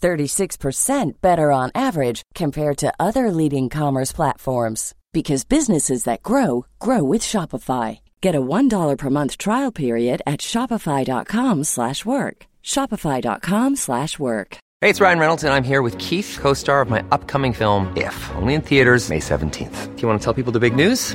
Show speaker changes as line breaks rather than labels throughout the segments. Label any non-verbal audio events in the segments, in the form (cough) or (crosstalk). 36% better on average compared to other leading commerce platforms because businesses that grow grow with Shopify. Get a $1 per month trial period at shopify.com/work. shopify.com/work.
Hey, it's Ryan Reynolds, and I'm here with Keith, co star of my upcoming film, If, only in theaters, May 17th. Do you want to tell people the big news?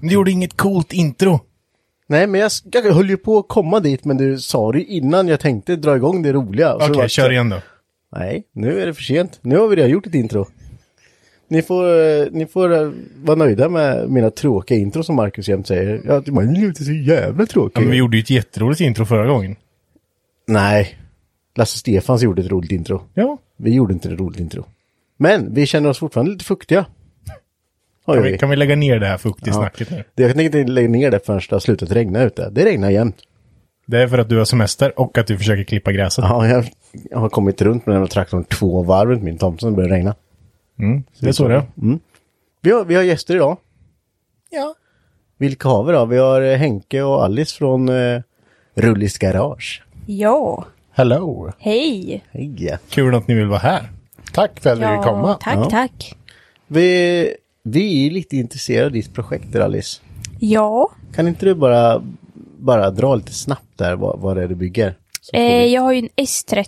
Du gjorde inget coolt intro.
Nej, men jag, s- jag höll ju på att komma dit, men du sa det ju innan jag tänkte dra igång det roliga. Och så
Okej,
var det-
kör igen då.
Nej, nu är det för sent. Nu har vi redan gjort ett intro. Ni får, eh, ni får eh, vara nöjda med mina tråkiga intro som Marcus jämt säger. Ja, det är inte så jävla
Ja,
tråkigt.
men vi gjorde ju ett jätteroligt intro förra gången.
Nej, Lasse Stefans gjorde ett roligt intro.
Ja.
Vi gjorde inte ett roligt intro. Men vi känner oss fortfarande lite fuktiga. Har
Kan
vi.
vi, kan vi lägga ner det här fuktiga snacket nu?
Det- Jag tänker inte lägga ner det förrän det har slutat regna ute. Det regnar jämt.
Det är för att du har semester och att du försöker klippa gräset.
Ja, jag jag har kommit runt med den här traktorn två varv runt min tomt, sen börjar det regna.
det är så det är.
Vi har, vi har gäster idag.
Ja.
Vilka har vi då? Vi har eh, Henke och Alice från eh, Rullis Garage.
Ja,
Hello!
hej!
Hej!
Kul att ni vill vara här.
Tack för att vi fick komma.
tack,
Ja.
tack.
Vi, vi är lite intresserade av ditt projekt där, Alice.
Ja,
Kan inte du bara, bara dra lite snabbt där vad, vad det är du bygger? Så får
eh,
vi-
jag har ju en S13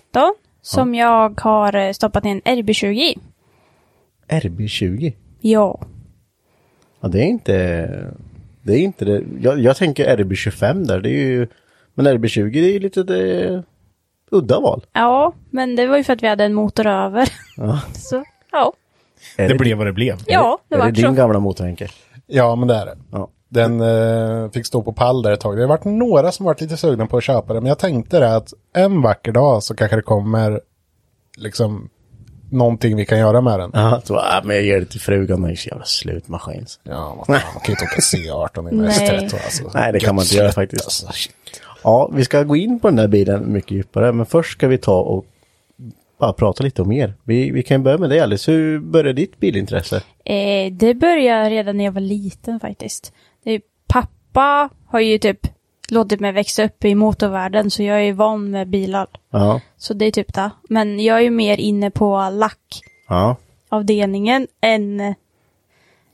som jag har eh, stoppat in en RB20 i.
RB20?
Ja,
Ja, det är inte... Det är inte det. Jag, jag tänker RB25 där, det är ju... Men RB20 det är ju lite det, udda val.
ja, men det var ju för att vi hade en motor över.
Ja.
(laughs) Så, ja,
Är
Det blev vad det blev.
ja det
är
var
det din
så.
gamla motor, Henke?
Ja, men det är det.
Ja.
Den eh, fick stå på pall där ett tag. Det har varit några som varit lite sugna på att köpa den, men jag tänkte det att en vacker dag så kanske det kommer liksom någonting vi kan göra med den.
Ja, så, ah, men jag ger det till frugan, den är så jävla slutmaskin.
Ja, vad fan, man kan ju inte åka C18 i
Nej.
västret. Alltså.
Nej, det kan man inte
Gött
göra
slut,
faktiskt.
Alltså. Shit.
Ja, vi ska gå in på den här bilen mycket djupare, men först ska vi ta och bara prata lite om er. Vi, vi kan börja med dig Alice, hur började ditt bilintresse?
Eh, det började redan när jag var liten faktiskt. Det är, pappa har ju typ låtit mig växa upp i motorvärlden så jag är ju van med bilar.
Ja.
Så det är typ det. Men jag är ju mer inne på lack.
Ja.
avdelningen än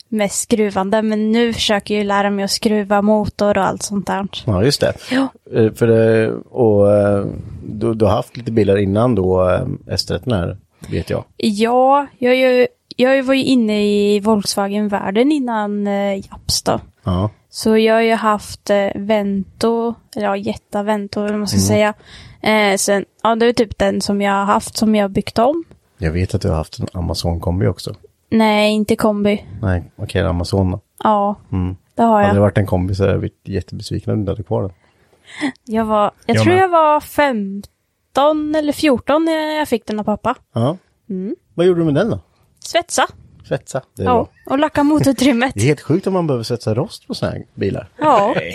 mest skruvande. Men nu försöker jag ju lära mig att skruva motor och allt sånt där.
Ja, just det.
Ja.
Eh, För det, och eh, du, du har haft lite bilar innan då, eh, S13 här, vet jag.
Ja, jag, är ju, jag var ju inne i Volkswagen-världen innan eh, Japs då.
Ja.
Så jag har ju haft eh, Vento, eller ja, Jetta Vento eller vad man ska säga. Eh, sen, ja, det är typ den som jag har haft som jag har byggt om.
Jag vet att du har haft en Amazon-kombi också.
Nej, inte kombi.
Nej, okej, en Amazon då.
Mm. Ja, det har
Hade
jag.
det varit en kombi så hade jag blivit jättebesviken om du inte hade kvar den.
Jag, var, jag,
Jag
tror
med.
jag var 15 eller 14 när jag fick den av pappa.
Ja. Mm. Vad gjorde du med den då?
Svetsa.
Svetsa? Det är
Ja,
bra.
och lacka motorutrymmet.
Det är helt sjukt om man behöver sätta rost på sådana här bilar.
ja.
(laughs)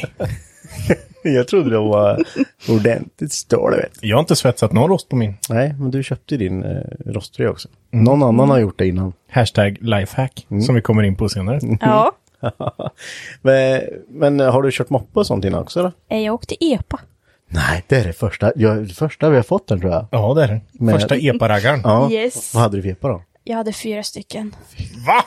Jag trodde de var ordentligt stål, vet.
Jag har inte svetsat någon rost på min.
Nej, men du köpte din eh, rostfria också. Någon annan har gjort det innan. (laughs)
Hashtag lifehack,
Mm.
som vi kommer in på senare.
Ja.
men, men har du kört moppe och sånt innan också då?
Eh, Jag åkte EPA.
Nej, det är det första, jag, det första vi har fått den tror jag.
Ja, det är det.
Men-
Första epa-raggaren.
Ja.
Yes.
Vad hade du för epa då?
Jag hade fyra stycken.
Va?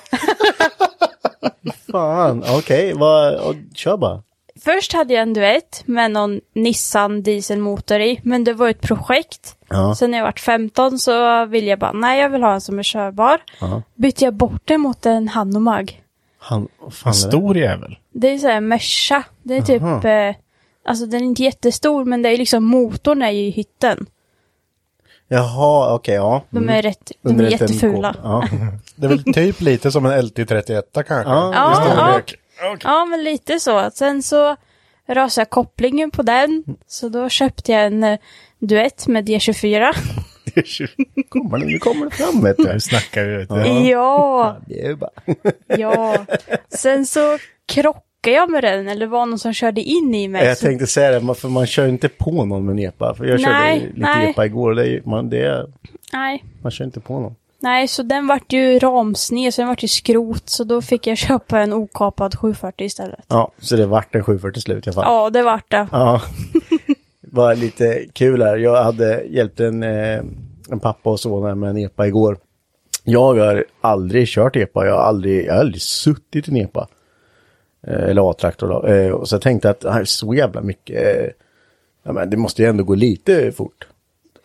Fan, okej, vad- ja, kör bara.
Först hade jag en duett med någon Nissan dieselmotor i, men det var ett projekt.
Ja.
Sen när jag var 15 så ville jag bara, nej jag vill ha en som är körbar. Bytte jag bort den mot en Hanomag.
Han, vad fan
En
är det?
stor jävel.
Det är så här Merca. Det är typ, eh, alltså den är inte jättestor men det är liksom motorn är ju i hytten.
Jaha, okej, ja.
De är rätt, de
Under
är
ett MK.
jättefula.
Ja.
Det är väl typ lite som en LT31 kanske.
Ja,
i
ja,
storlek.
ja, men lite så. Sen så rasade kopplingen på den, så då köpte jag en eh, duett med D24.
(laughs) kommer det, nu kommer det fram, vet du.
Nu snackar vi. Vet du.
(laughs) Ja,
(laughs) Det är ju bara-
ja. Sen så krockade jag med den, eller det var någon som körde in i mig.
Jag
så,
tänkte säga det, man- för man kör inte på någon med en epa. För jag körde
Nej,
lite
nej.
epa igår, och det, är ju- man, det, är-
nej,
man kör inte på någon.
nej, så den vart ju ramsned, så den vart ju skrot, så då fick jag (laughs) köpa en okapad 740 istället.
Ja, så det vart en 740 till slut i alla fall.
Ja, det vart det.
Ja, (laughs) var lite kul här. Jag hade hjälpt en, eh, en pappa och son här med en epa igår. Jag har aldrig kört epa, jag har aldrig, jag har aldrig suttit i en epa. Eh, Eller A-traktor då. Eh, Och så jag tänkte att det här är så jävla mycket, eh, ja, men det måste ju ändå gå lite fort.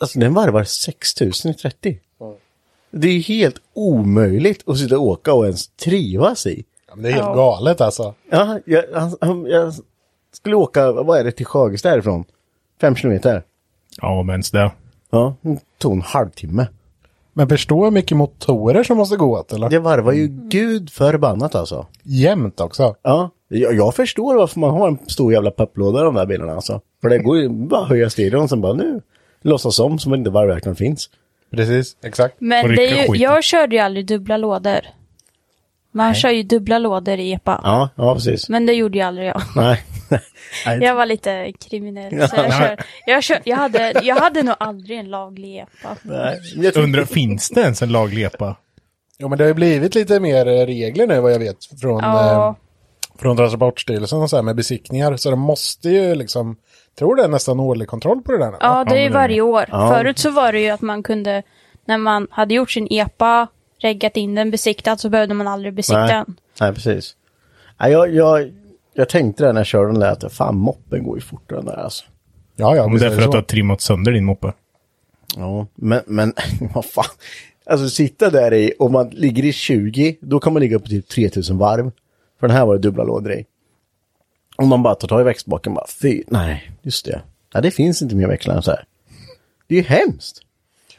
Alltså den varvar 6000 i 30. Det är ju helt omöjligt att sitta och åka och ens trivas i.
Ja, men det är helt galet alltså.
Ja, jag, han, han, jag skulle åka, vad är det, till Sjögis därifrån? Fem kilometer.
Ja, men ens det.
Ja, det tog en halvtimme.
Men förstå hur mycket motorer som måste gå åt eller?
Det varvar ju gud förbannat alltså.
Jämt också.
Ja, jag, jag förstår varför man har en stor jävla papplåda i de där bilarna alltså. För det går ju bara att höja stereon och sen bara nu låtsas om som att inte varvverkan finns.
Precis, exakt.
Får
Men det
rycka
är ju,
skiten.
jag körde ju aldrig dubbla lådor. Man kör ju dubbla lådor i EPA.
Ja, ja precis.
Men det gjorde ju aldrig jag.
Nej.
Jag var lite kriminell. Så jag, kör, jag, kör, jag, hade, jag hade nog aldrig en laglig EPA.
Nej. (laughs) Jag tror,
Undrar, finns det ens en laglepa?
Jo men det har ju blivit lite mer eh, regler nu vad jag vet från, eh,
Ja,
från Transportstyrelsen och så här med besiktningar. Så de måste ju liksom, tror det är nästan årlig kontroll på det där nu. va?
ja, det är ju
men det är-
varje år. Förut så var det ju att man kunde, när man hade gjort sin EPA, reggat in den besiktat så behövde man aldrig besikta
nej.
den.
nej, precis. Nej, jag, jag, jag tänkte det när jag körde den där att fan moppen går ju fortare än det här alltså.
Ja, ja,
Om
visst
det
är
är för
det
att du
så.
har trimmat sönder din moppe.
Ja, men, men (laughs) vad fan. Alltså sitta där i, om man ligger i 20, då kan man ligga på typ 3000 varv. För den här var det dubbla lådor i. Om man bara tar tag i växtbaken bara, fy, nej, just det. Ja, det finns inte mer växlar än så här. Det är ju hemskt.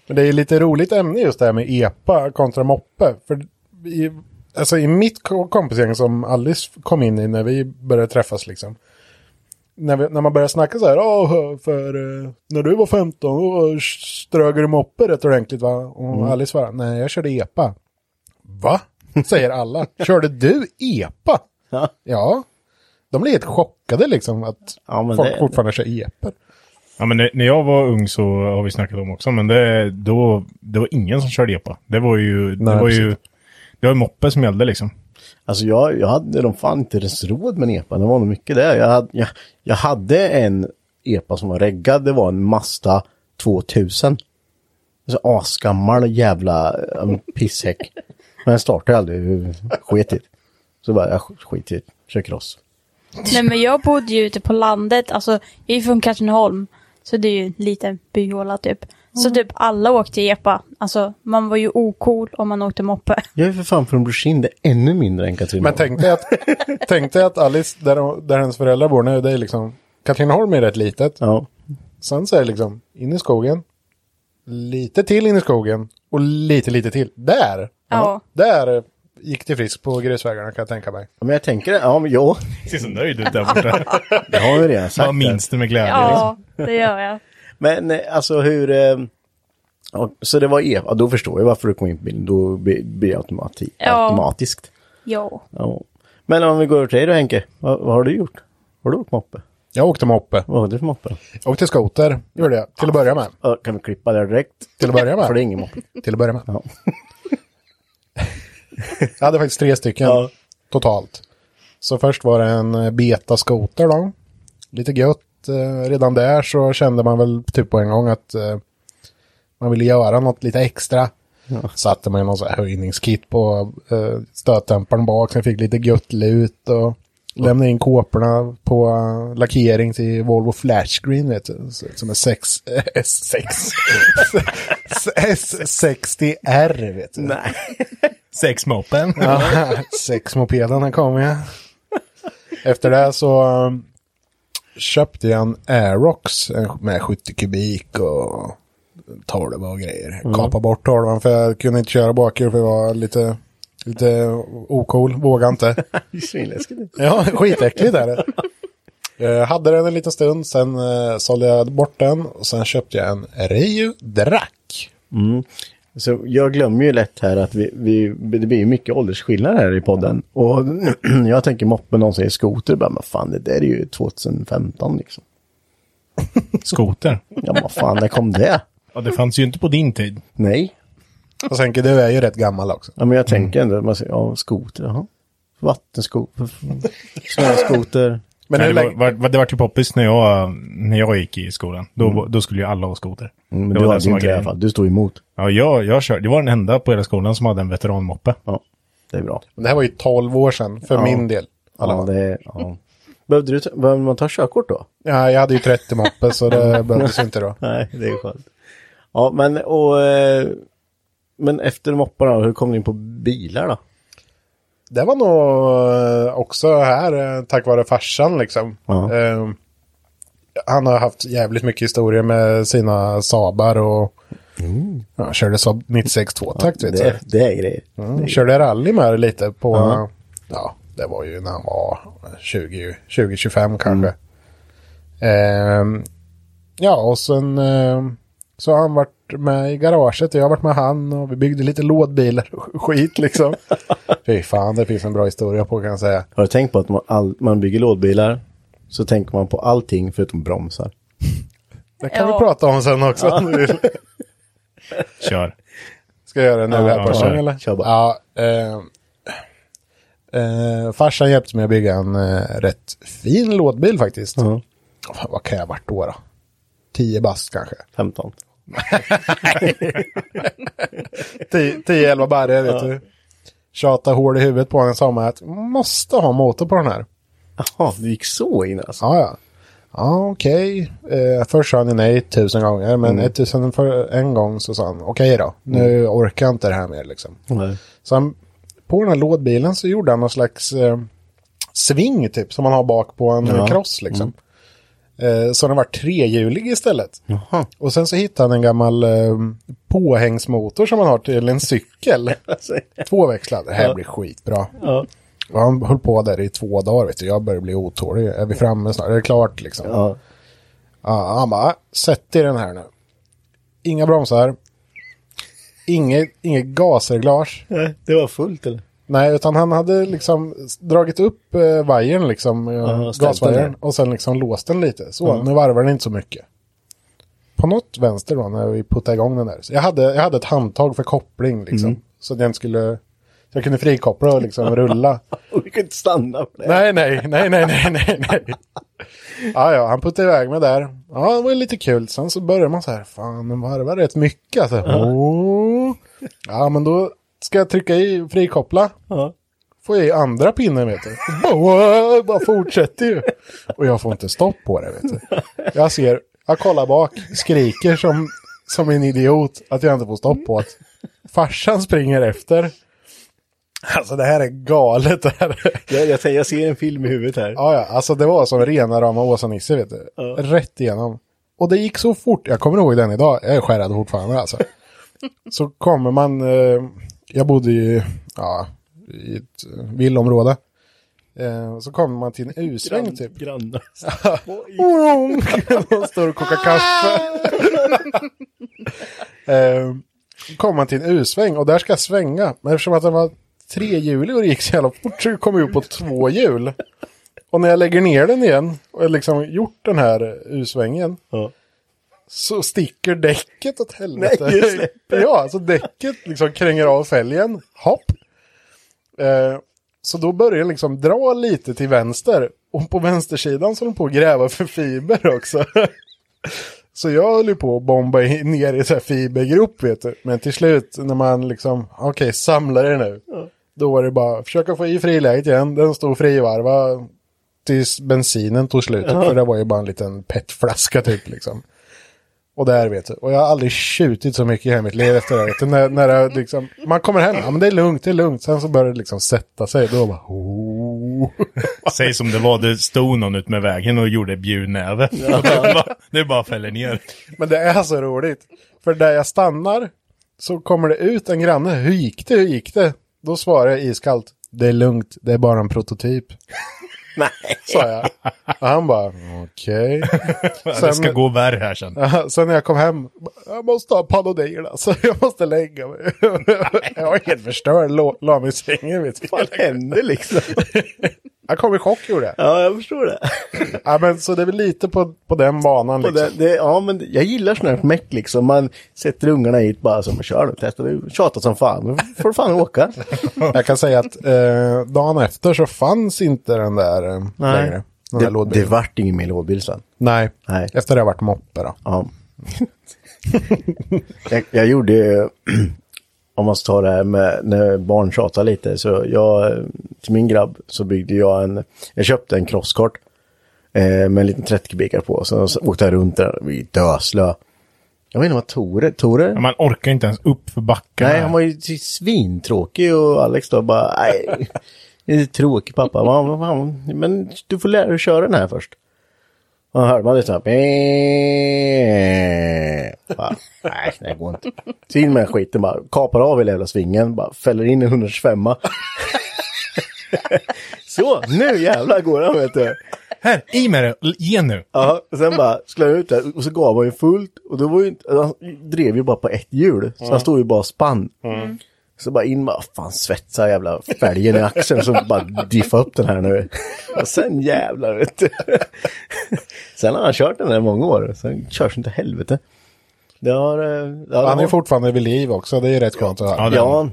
Men det är ju lite roligt ämne just det här med EPA kontra moppe. För i, alltså i mitt ko- kompisgäng som Alice kom in i när vi började träffas liksom. När, vi, när man börjar snacka så här, ja för eh, när du var 15 då strög du moppe rätt ordentligt va? Och
Mm.
Alice svarade, nej jag körde EPA. Va? Säger alla. Körde du EPA?
Ja.
ja. De blir helt chockade liksom att
Ja, men
folk
det-
fortfarande kör EPA.
Ja, men när- när jag var ung så har vi snackat om också, men det, då, det var ingen som körde epa. Det var ju,
Nej,
det var ju,
precis.
det var ju moppe som gällde liksom.
Alltså jag, jag hade de fan inte ens råd med en epa, det var nog mycket där. Jag hade, jag, jag hade en epa som var reggad, det var en Mazda 2000. Så asgammal jävla um, pisshäck. Men den startade aldrig, skitigt. Så bara, jag skitigt, kör cross.
Nej men jag bodde ju ute på landet, alltså jag är ju från Katrineholm. Så det är ju en liten byhåla typ. Så typ alla åkte EPA. Alltså man var ju ocool om man åkte moppe.
Jag är för fan från Brorsin, det är ännu mindre än Katrineholm.
Men tänk dig att, (laughs) tänk dig att Alice, där, där hennes föräldrar bor nu, det är liksom Katrineholm är rätt litet.
Ja.
Sen så är det liksom in i skogen, lite till in i skogen och lite, lite till. Där!
Ja.
Där gick det friskt på grusvägarna kan jag tänka mig.
Men jag tänker, det, ja men jo,
Ser så nöjd ut där borta.
det har vi redan sagt.
Man minns det med glädje. Liksom.
Ja, det gör jag.
Men eh, alltså hur... Eh, ja, så det var e ja, då förstår jag varför du kom in på bilden. Då blir blir det automati-
Ja.
automatiskt.
Jo.
Ja. Men om vi går över till dig då Henke, vad, vad har du gjort? Har du åkt moppe?
Jag åkte moppe.
Vad var det för moppe?
Jag åkte skoter, gjorde jag. Till att börja med.
Ja, Kan vi klippa där direkt?
Till att börja med.
För det är ingen moppe.
Till att börja med.
Ja. (laughs)
Jag hade faktiskt tre stycken
Ja.
totalt. Så först var det en eh, beta-skoter då. Lite gött. Eh, Redan där så kände man väl typ på en gång att eh, man ville göra något lite extra. Satte man ju någon sån här höjningskit på eh, stötdämparen bak, sen fick lite gött lut och lämnade in kåporna på eh, lackering till Volvo Flashscreen, vet du. Så- Som är (laughs) 6, S6, S60R, vet du.
Nej.
Sexmoppen.
Ja, (laughs) sexmopeden kom jag. Efter det så um, köpte jag en Aerox en med 70 kubik och 12 och grejer. Kapade bort 12 för jag kunde inte köra bakhjul för jag var lite, lite ocool, vågade inte.
Det är svinläskigt.
Ja, skitäckligt är det. Jag hade den en liten stund, sen uh, sålde jag bort den och sen köpte jag en Rio Drac.
Så jag glömmer ju lätt här att vi, vi, det blir ju mycket åldersskillnad här i podden. Och (clears throat) jag tänker moppe, någon säger skoter, bara, men fan det där är ju 2015 liksom.
(laughs) Skoter.
Ja, men vad fan, när kom det?
Ja, det fanns ju inte på din tid.
Nej.
Och sen, du är ju rätt gammal också.
Ja, men jag tänker ändå, man säger, ja, skoter, jaha. Vattenskoter, (laughs) snöskoter.
Men
Nej,
hur
det, var,
länge-
var, var- det var ju poppis när jag, när jag gick i skolan. Då, då skulle ju alla ha skoter.
Men
det
Mm. du
var
hade inte det i alla fall, du stod emot.
Ja, jag, jag körde. Det var den enda på hela skolan som hade en veteranmoppe.
Ja, det är bra.
Men Det här var ju 12 år sedan, för
Ja.
min del. Alla
Ja,
fall.
det är, ja. (laughs) Behövde, du, ta- behövde man ta körkort då?
Ja, jag hade ju 30 moppe så det
Mm.
behövdes ju inte då.
Nej, det är skönt. Ja, men och... eh, Men efter mopparna, hur kom ni in på bilar då?
Det var nog eh, också här eh, tack vare farsan liksom.
Ja.
Eh, Han har haft jävligt mycket historier med sina Sabar och ja, han körde Saab 96 tvåtakt vet du.
Mm. Det, det är grejer.
Mm, körde rally med det lite på, ja, det var ju när han var 20, 20-25 kanske. Ehm, ja, och sen ehm, så har han varit med i garaget och jag har varit med han och vi byggde lite lådbilar och skit liksom. (laughs) Fy fan, det finns en bra historia på kan jag säga.
Har du tänkt på att man, all, man bygger lådbilar så tänker man på allting förutom bromsar?
Det kan
Ja.
vi prata om sen också om du (laughs) vill.
(laughs)
Kör.
Ska jag göra det nu här
ja,
på en
kör.
gång eller?
Kör bara.
Ja, eh, eh, farsan hjälpte mig att bygga en eh, rätt fin lådbil faktiskt. Åh, fan, vad kan jag ha varit då? då? 10 bast kanske.
15.
10-11 barre vet du. Tjata hål i huvudet på honom sa man att måste ha motor på den här.
Jaha, det gick så in alltså?
Ja, ja. Ja, okej. Eh, först sa han ju nej tusen gånger, men mm. tusen för en gång så sa han okej då, nu orkar jag inte det här mer liksom.
Nej.
Så han, på den här lådbilen så gjorde han någon slags eh, sving typ som man har bak på en
Ja. Mm.
cross liksom. Eh, så den var trehjulig istället.
Jaha.
Och sen så hittade han en gammal eh, påhängsmotor som man har till
(laughs)
en cykel. Tvåväxlad. Det här blir skitbra.
(laughs) Ja.
Och han höll på där i två dagar vet du. Jag börjar bli otålig. Är vi framme snart? Är det klart liksom?
Ja.
Ja, han bara, sätt i den här nu. Inga bromsar. Inget, inget gasreglage.
Nej, Det var fullt eller?
Nej, utan han hade liksom dragit upp eh, vajern, liksom,
Ja,
uh,
ställt den
gasvajern,
där.
och sen liksom låst den lite. Så, nu varvar den inte så mycket. På något vänster då, när vi puttade igång den där. Så jag, hade, jag hade ett handtag för koppling, liksom.
Mm.
Så att jag inte skulle... Så jag kunde frikoppla och
(laughs)
liksom rulla.
Och vi kunde inte stanna på det.
nej, nej, nej, nej, nej, nej, nej. (laughs) ja, ja, han puttade iväg mig där. Ja, det var ju lite kul. Sen så började man så här, fan, den varvar rätt mycket. Alltså. Åh. Ja, men då ska jag trycka i frikoppla
Ja.
får jag i andra pinnen vet du. Bara- Bara fortsätter ju. Och jag får inte stopp på det vet du. Jag ser, jag kollar bak, skriker som, som en idiot att jag inte får stopp på att farsan springer efter. Alltså det här är galet det här.
Jag, jag, säger- jag ser en film i huvudet här.
Ja, ja, alltså det var som rena rama Åsa-Nisse vet du. Rätt igenom. Och det gick så fort, jag kommer ihåg den idag, jag är skärrad fortfarande alltså. så kommer man, eh, jag bodde ju ja, i ett eh, villområde. Eh, så kommer man till en U-sväng typ.
Grannar.
De står (laughs) och kokar kaffe. eh, kom man till en U-sväng och där ska jag svänga. Men eftersom att den var trehjulig och det gick så jävla fort så kom jag upp på två hjul. Och när jag lägger ner den igen och jag liksom gjort den här U-svängen.
Ja.
Så sticker däcket åt helvete.
Nej, det släpper.
ja, alltså däcket liksom kränger av fälgen. Hopp. Eh, så då börjar jag liksom dra lite till vänster. Och på vänstersidan så håller de på att gräva för fiber också. (laughs) Så jag höll ju på att bomba i- (laughs) ner i så här fibergrop vet du. Men till slut när man liksom, okej samla det nu. Då var det bara försöka få i friläget igen. Den stod frivarva tills bensinen tog slut. För det var ju bara en liten petflaska typ liksom. Och där vet du. Och jag har aldrig tjutit så mycket i hela mitt liv efter det. här, Vet du. När, när det liksom, man kommer hem, ja men det är lugnt, det är lugnt. Sen så börjar det liksom sätta sig. Då bara, oh.
Säg som det var, det stod någon ut med vägen och gjorde bjudnäve. (laughs) det, bara, det bara fäller ner.
Men det är så roligt. För där jag stannar så kommer det ut en granne. Hur gick det? Hur gick det? Då svarar jag iskallt. Det är lugnt. Det är bara en prototyp. (laughs) Nej. Sa jag. Och han bara okej.
(laughs) det ska gå värre här sen.
(laughs) Sen när jag kom hem. Jag måste ha Panodil alltså. Jag måste lägga mig. (laughs) jag var helt förstörd. Lå- La mig i sängen. Vet du.
Vad hände liksom?
Jag kom i chock gjorde jag.
Ja, jag förstår det.
Ja, men, så det är väl lite på, på den banan
Och
liksom.
det, det, ja, men jag gillar sån här meck liksom. Man sätter ungarna hit bara som kör och testar. Det tjatar som fan. Men får fan åka.
Jag kan säga att eh, dagen efter så fanns inte den där eh, längre. Den där
Det, det
lådbilen.
vart ingen mer lådbil sen.
Nej.
Nej.
efter det har varit moppe då.
Ja. (laughs) jag, jag gjorde, eh, (clears throat) om man ska ta det här med när barn tjatar lite, så jag, eh, till min grabb så byggde jag en, jag köpte en crosskart eh, med en liten 30 kubikar på. Så, så åkte jag runt där, vi döslö. Jag vet inte vad Tore, Tore?
Man orkar inte ens upp för backarna.
Nej, han var ju t- svintråkig och Alex då bara, nej, det är tråkig pappa. Man, man, man, men du får lära dig att köra den här först. Och då hörde man lite så här, "Bäh." Bara, nej, det här går inte. Så in med den skiten bara, kapar av hela jävla svingen, bara fäller in en 125 (laughs) Så, nu jävlar går han vet du.
Här, i med det! L- Ge nu!
Ja, och sen bara skulle jag ut där och så gav han ju fullt och då var ju inte, han drev ju bara på ett hjul. Så han stod ju bara och spann. Så bara in bara, fan svetsa jävla fälgen i axeln så bara diffa upp den här nu. Och sen jävlar vet du. Sen har han kört den här i många år, sen körs inte helvete. Det har... eh, Ja, det
Han är
har-
fortfarande vid liv också, det är ju rätt skönt att höra.
ja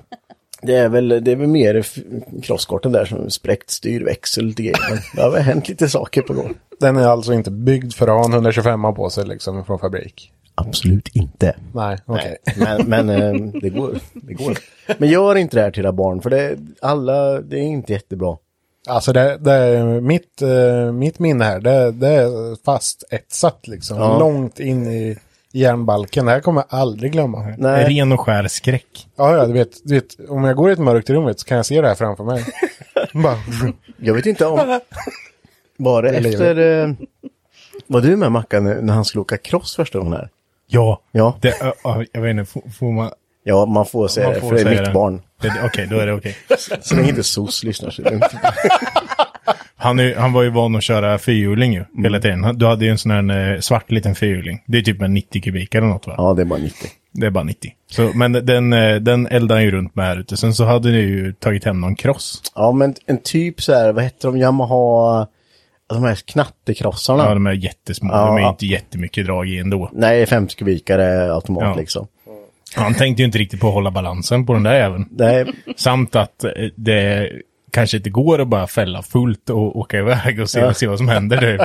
det, är väl, det är väl mer f- crosskorten där som spräckt styrväxel och lite grejer. Men det har väl hänt lite saker på gång.
Den är alltså inte byggd för att ha en 125 på sig liksom från fabrik.
Absolut inte.
Nej, okej.
Nej, Men, men eh, det, går, det går. Men gör inte det här till era barn, för det, alla, det är inte jättebra.
Alltså det, det är mitt, eh, mitt minne här, det, det är fast etsat liksom.
Ja.
Långt in i järnbalken. Det här kommer jag aldrig glömma.
Nej,
Ren och skär skräck.
Ja, ja, du vet, du vet, om jag går i ett mörkt rum vet, du, så kan jag se det här
(laughs)
framför mig. Bara,
jag vet inte om... Var det efter... Eh, var du med Mackan när när han skulle åka cross första gången här?
Ja.
Ja.
Det, ö- ö- jag vet inte, får, får man...
Ja, man får säga
man
det,
får
för det är
säga
mitt barn.
Det- Okej, då är det
(laughs)
okej.
Så länge inte SOS lyssnar så är det inte-
Han, är- han var ju van att köra fyrhjuling ju, hela
Mm.
tiden. Han- Du hade ju en sån här eh, svart liten fyrhjuling. Det är typ en 90 kubik eller något va?
Ja, det är bara 90.
Det är bara 90. Så, men den, eh, den eldade han ju runt med här ute. Sen så hade ni ju tagit hem någon kross.
Ja, men en typ så här, vad heter de, Yamaha... De här knattekrossarna.
Ja, de är jättesmå. De är ju inte jättemycket drag i ändå.
Nej, 50 kubikare automat
Ja.
liksom.
Han tänkte ju inte riktigt på att hålla balansen på den där även.
Nej,
Samt att eh, det kanske inte går att bara fälla fullt och åka iväg och se, se vad som händer. Typ.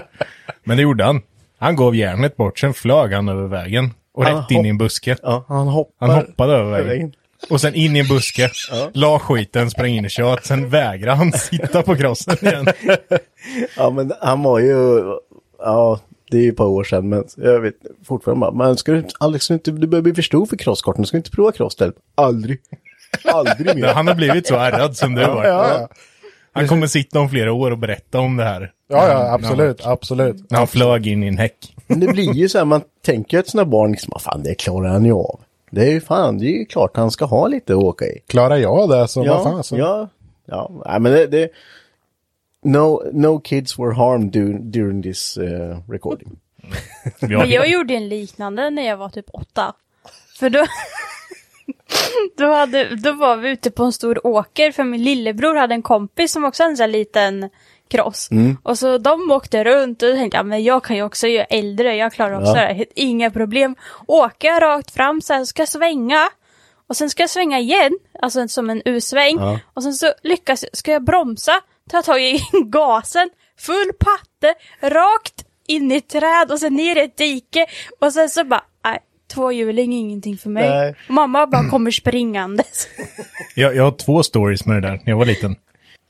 Men det gjorde han. Han gav järnet bort, sen flög han över vägen. Och
Han
rätt in i en buske.
ja, han hoppar.
Han hoppade över
över
vägen.
vägen.
Och sen in i en buske, la skiten, sprang in i kört, sen vägrade han sitta på krossen igen.
Ja, men han var ju... Ja, det är ju ett par år sedan, men jag vet fortfarande bara, men ska du inte, Alex, ska du, inte, du börjar bli för stor för crosskorten, ska du inte prova crossstyle? Aldrig. Aldrig mer.
Han har blivit så ärrad som du var. Han kommer sitta om flera år och berätta om det här.
ja, ja, absolut, absolut.
När han flög in i en häck.
Men det blir ju så här, man tänker att sina barn, liksom, "Ah, fan, det klarar han ju av. Det är ju fan, det är ju klart han ska ha lite att åka i.
Klarar jag det så vad fan. alltså. Så.
ja, ja, nej men det... det no, no kids were harmed during, during this eh, recording.
Vi
Men jag
har,
gjorde en liknande när jag var typ åtta. För då... då, hade, då var vi ute på en stor åker för min lillebror hade en kompis som också hade en sån här liten cross. Och så de åkte runt och då tänkte jag, men jag kan ju också göra äldre, jag klarar också det här, inga problem. Åka rakt fram så här, ska jag svänga. Och sen ska jag svänga igen, alltså som en U-sväng. Och sen så lyckas jag, ska jag bromsa, ta tag i (laughs) gasen, full patte, rakt in i ett träd och sen ner i ett dike. Och sen så bara, nej, tvåhjuling är ingenting för mig.
Nej.
Mamma bara kommer springandes.
Jag, jag har två stories med det där, när jag var liten.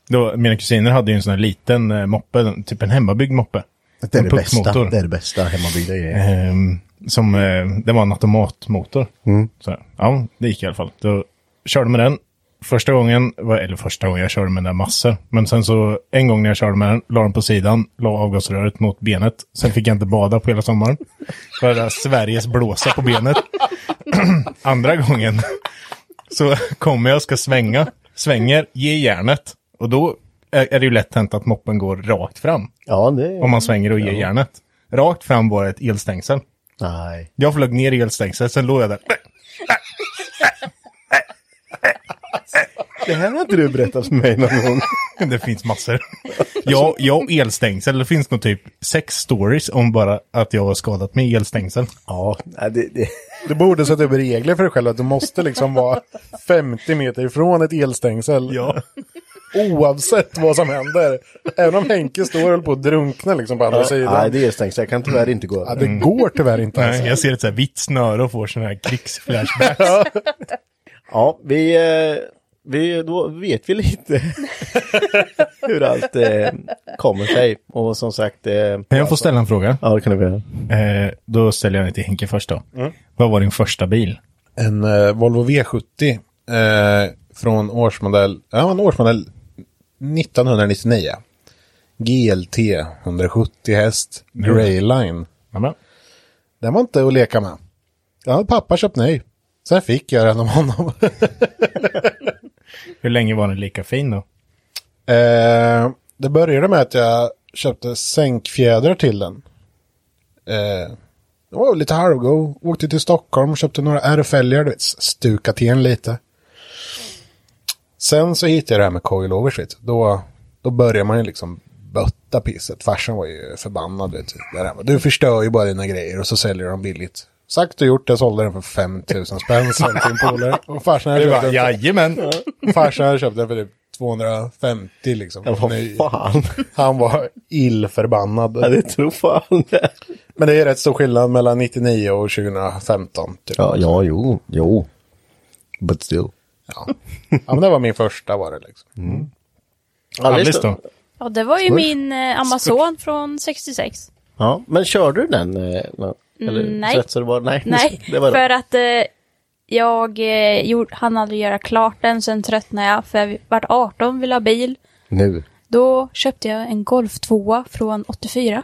Då, mina kusiner hade ju en sån här liten eh, moppe, typ en hemmabyggd moppe.
Det är
En
det bästa.
puckmotor.
Det är det bästa hemmabyggda grejen.
Ehm, som, eh, det var en automatmotor. Så, här. ja, det gick i alla fall. Då körde med den. Första gången, var- eller första gången jag körde med den massor. Men sen så en gång när jag körde med den, la den på sidan, la avgasröret mot benet. Sen fick jag inte bada på hela sommaren. För det där Sveriges blåsa på benet. (clears throat) Andra gången (laughs) så kommer jag ska svänga, svänger, ge järnet. Och då är är det ju lätt hänt att moppen går rakt fram.
Ja, det...
Om man svänger och ger järnet. Rakt fram var det ett elstängsel.
Nej.
Jag flög ner i elstängslet, sen låg jag där. (laughs)
Det här har inte du berättat för mig någon gång.
(laughs) Det finns massor. Jag, jag och elstängsel, det finns nog typ sex stories om bara att jag har skadat mig i elstängsel.
Ja, nej, det, det...
Du borde sätta upp regler för dig själv att du måste liksom vara 50 meter ifrån ett elstängsel.
Ja.
Oavsett vad som händer. Även om Henke står och håller på att drunkna liksom på andra sidan.
Nej, det är stängt. Jag kan tyvärr inte gå Mm.
ja,
över.
det går tyvärr inte.
Nej,
Alltså.
jag ser ett så här vitt snöre och får sån här krigsflashback.
Ja, vi, eh, vi, då vet vi lite (laughs) hur allt eh, kommer sig. Och som sagt, eh,
Kan (laughs) jag få ställa en fråga?
ja det kan du väl.
Eh, då ställer jag den till Henke först då. Vad var din första bil?
En eh, Volvo V70 eh, från årsmodell, ja en årsmodell 1999. GLT 170 häst, Greyline.
Amen.
Den var inte att leka med. Den hade pappa köpt ny. Sen fick jag den av honom. (laughs)
Hur länge var den lika fin då?
Eh, det började med att jag köpte sänkfjädrar till den. Eh, det var lite halvgo. Åkte till Stockholm, köpte några R-fälgar, du vet, stuka till en lite. Sen så hittade jag det här med coilovers, vet du. Då, då börjar man ju liksom bötta pisset. Farsan var ju förbannad, vet du. Där han bara, du förstör ju bara dina grejer och så säljer de billigt. Sagt och gjort, jag sålde den för 5000 spänn sen till en polare. Och farsan hade
Du
köpt
bara,
den för-
jajamän!
Farsan köpte den för typ 250 liksom.
Ja, vad
Nej.
fan.
Han var illförbannad.
Ja, det tror fan det.
Men det är rätt stor skillnad mellan 99 och 2015. Typ.
Ja, ja, jo, jo. But still.
Ja. ja, men det var min första var det liksom.
Alice då?
(clears throat) Ja, det var ju min eh, Amazon från 66.
Ja, men körde du den? eh, nå- Eller,
Mm, nej.
Så att (laughs) det var, nej,
Nej,
(laughs) det var
för
det.
att eh, jag eh, gjorde, hann aldrig göra klart den, sen tröttnade jag för jag vart 18, ville ha bil.
Nu.
Då köpte jag en Golf 2 från 84.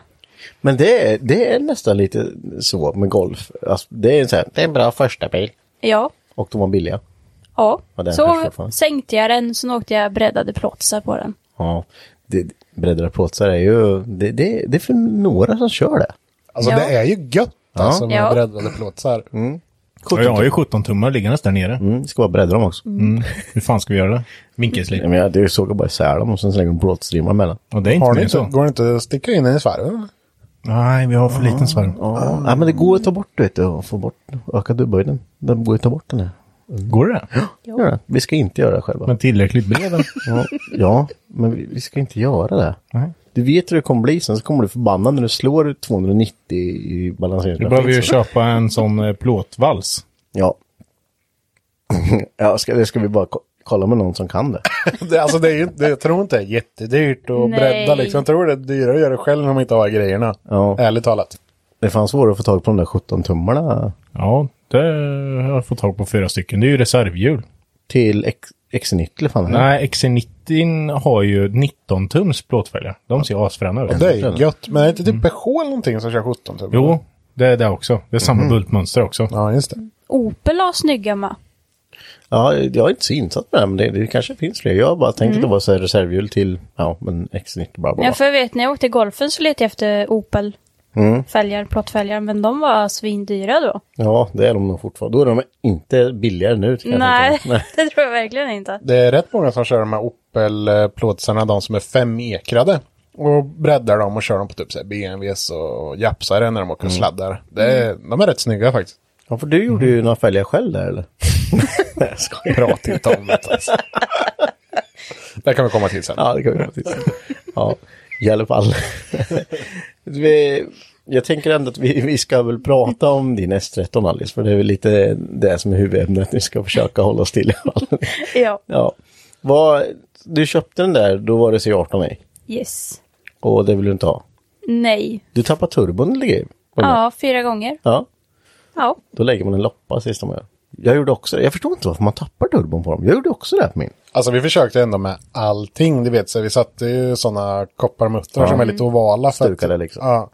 Men det är, det är nästan lite så med golf. Alltså, det, är en så här, det är en bra första bil.
Ja,
Och de var billiga.
ja.
Ja, den kanske
så
jag får.
sänkte jag den, sen åkte jag breddade plåtsar på den.
Ja, det, breddade plåtsar är ju, det, det, det är för några som kör det.
Alltså
Ja.
det är ju gött alltså med
Ja.
breddade plåtsar.
Ja, Jag har ju 17 tummar liggandes där nere.
Mm, det ska bara bredda dem också.
Hur fan ska vi göra det? Vinkelslip.
Ja, men jag, det såg jag bara isär dem och sen slängde de plåtstrimmar mellan.
Och det är inte
Har
mer
ni
än
inte,
så.
går det inte att sticka in en i svarven?
Nej, vi har för liten svarv.
Ja, ja, men det går att ta bort vet du och få bort, öka dubbhöjden. Det går att ta bort den här.
Går det?
Gör det. Vi ska inte göra det själva.
Men tillräckligt bred (laughs) eller?
Ja, ja, men vi, vi ska inte göra det.
Nej.
Du vet hur det kommer bli sen, så kommer du förbannad när du slår 290 i
Du
balanseringsgrafen.
behöver ju köpa en sån eh, plåtvals.
Ja. (laughs) ja, ska, det ska vi bara ko- kolla med någon som kan det.
Det, alltså det är ju, det, jag tror inte det är jättedyrt att
Nej.
bredda liksom. Jag tror det är dyrare att göra det själv när man inte har grejerna.
Ja.
Ärligt talat.
Det fanns svårare att få tag på de där 17 tummarna
Ja, det har jag fått tag på fyra stycken. Det är ju reservhjul.
till X- X90 eller fan. eller?
Nej, XC90 har ju 19 tums plåtfälgar. De ser asfräna ut.
Det är ju gött. Men är det inte typ Peugeot eller någonting som kör 17 typ?
Jo, det är det också. Det är samma bultmönster också.
Ja, just det.
Opel har snygga med.
Ja, jag är inte så insatt med det, men det, det kanske finns fler. Jag bara tänkte att det var så här reservhjul till, ja, men X90 bla bla.
Mm. Ja,
bla.
för jag vet när jag åkte golfen så letade jag efter Opel. Fälgar, plåtfälgar, men de var svindyra då.
Ja, det är de nog fortfarande. Då är de inte billigare nu. kan jag
Nej,
tänka mig.
(laughs) det tror jag verkligen inte.
Det är rätt många som kör de här Opel-plåtsarna, de som är femekrade. Och breddar dem och kör dem på typ så här BMWs och japsare när de åker och
Mm.
sladdar. Det är, de är rätt snygga faktiskt.
Ja, för du gjorde ju några fälgar själv där eller? (laughs) Nej, jag skojar.
Prata inte om det
(laughs)
alltså. Det kan vi komma till sen.
Ja, det kan vi komma till sen. Ja, i alla fall. (laughs) vi, jag tänker ändå att vi, vi ska väl prata om din S13 Alice, för det är väl lite det som är huvudämnet. Vi ska försöka hålla oss till i alla fall.
Ja,
Ja. Vad, du köpte den där, då var det C18 i.
yes.
Och det vill du inte ha.
Nej.
Du tappar turbon eller grejer. på den här.
Ja, fyra gånger.
ja.
Ja.
Då lägger man en loppa sista man gör. Jag gjorde också det. Jag förstår inte varför man tappar turbon på dem. Jag gjorde också det på min.
Alltså vi försökte ändå med allting, du vet. Så vi satte ju sådana kopparmuttrar
Ja.
som är lite ovala. för att-
Stukade liksom.
Ja.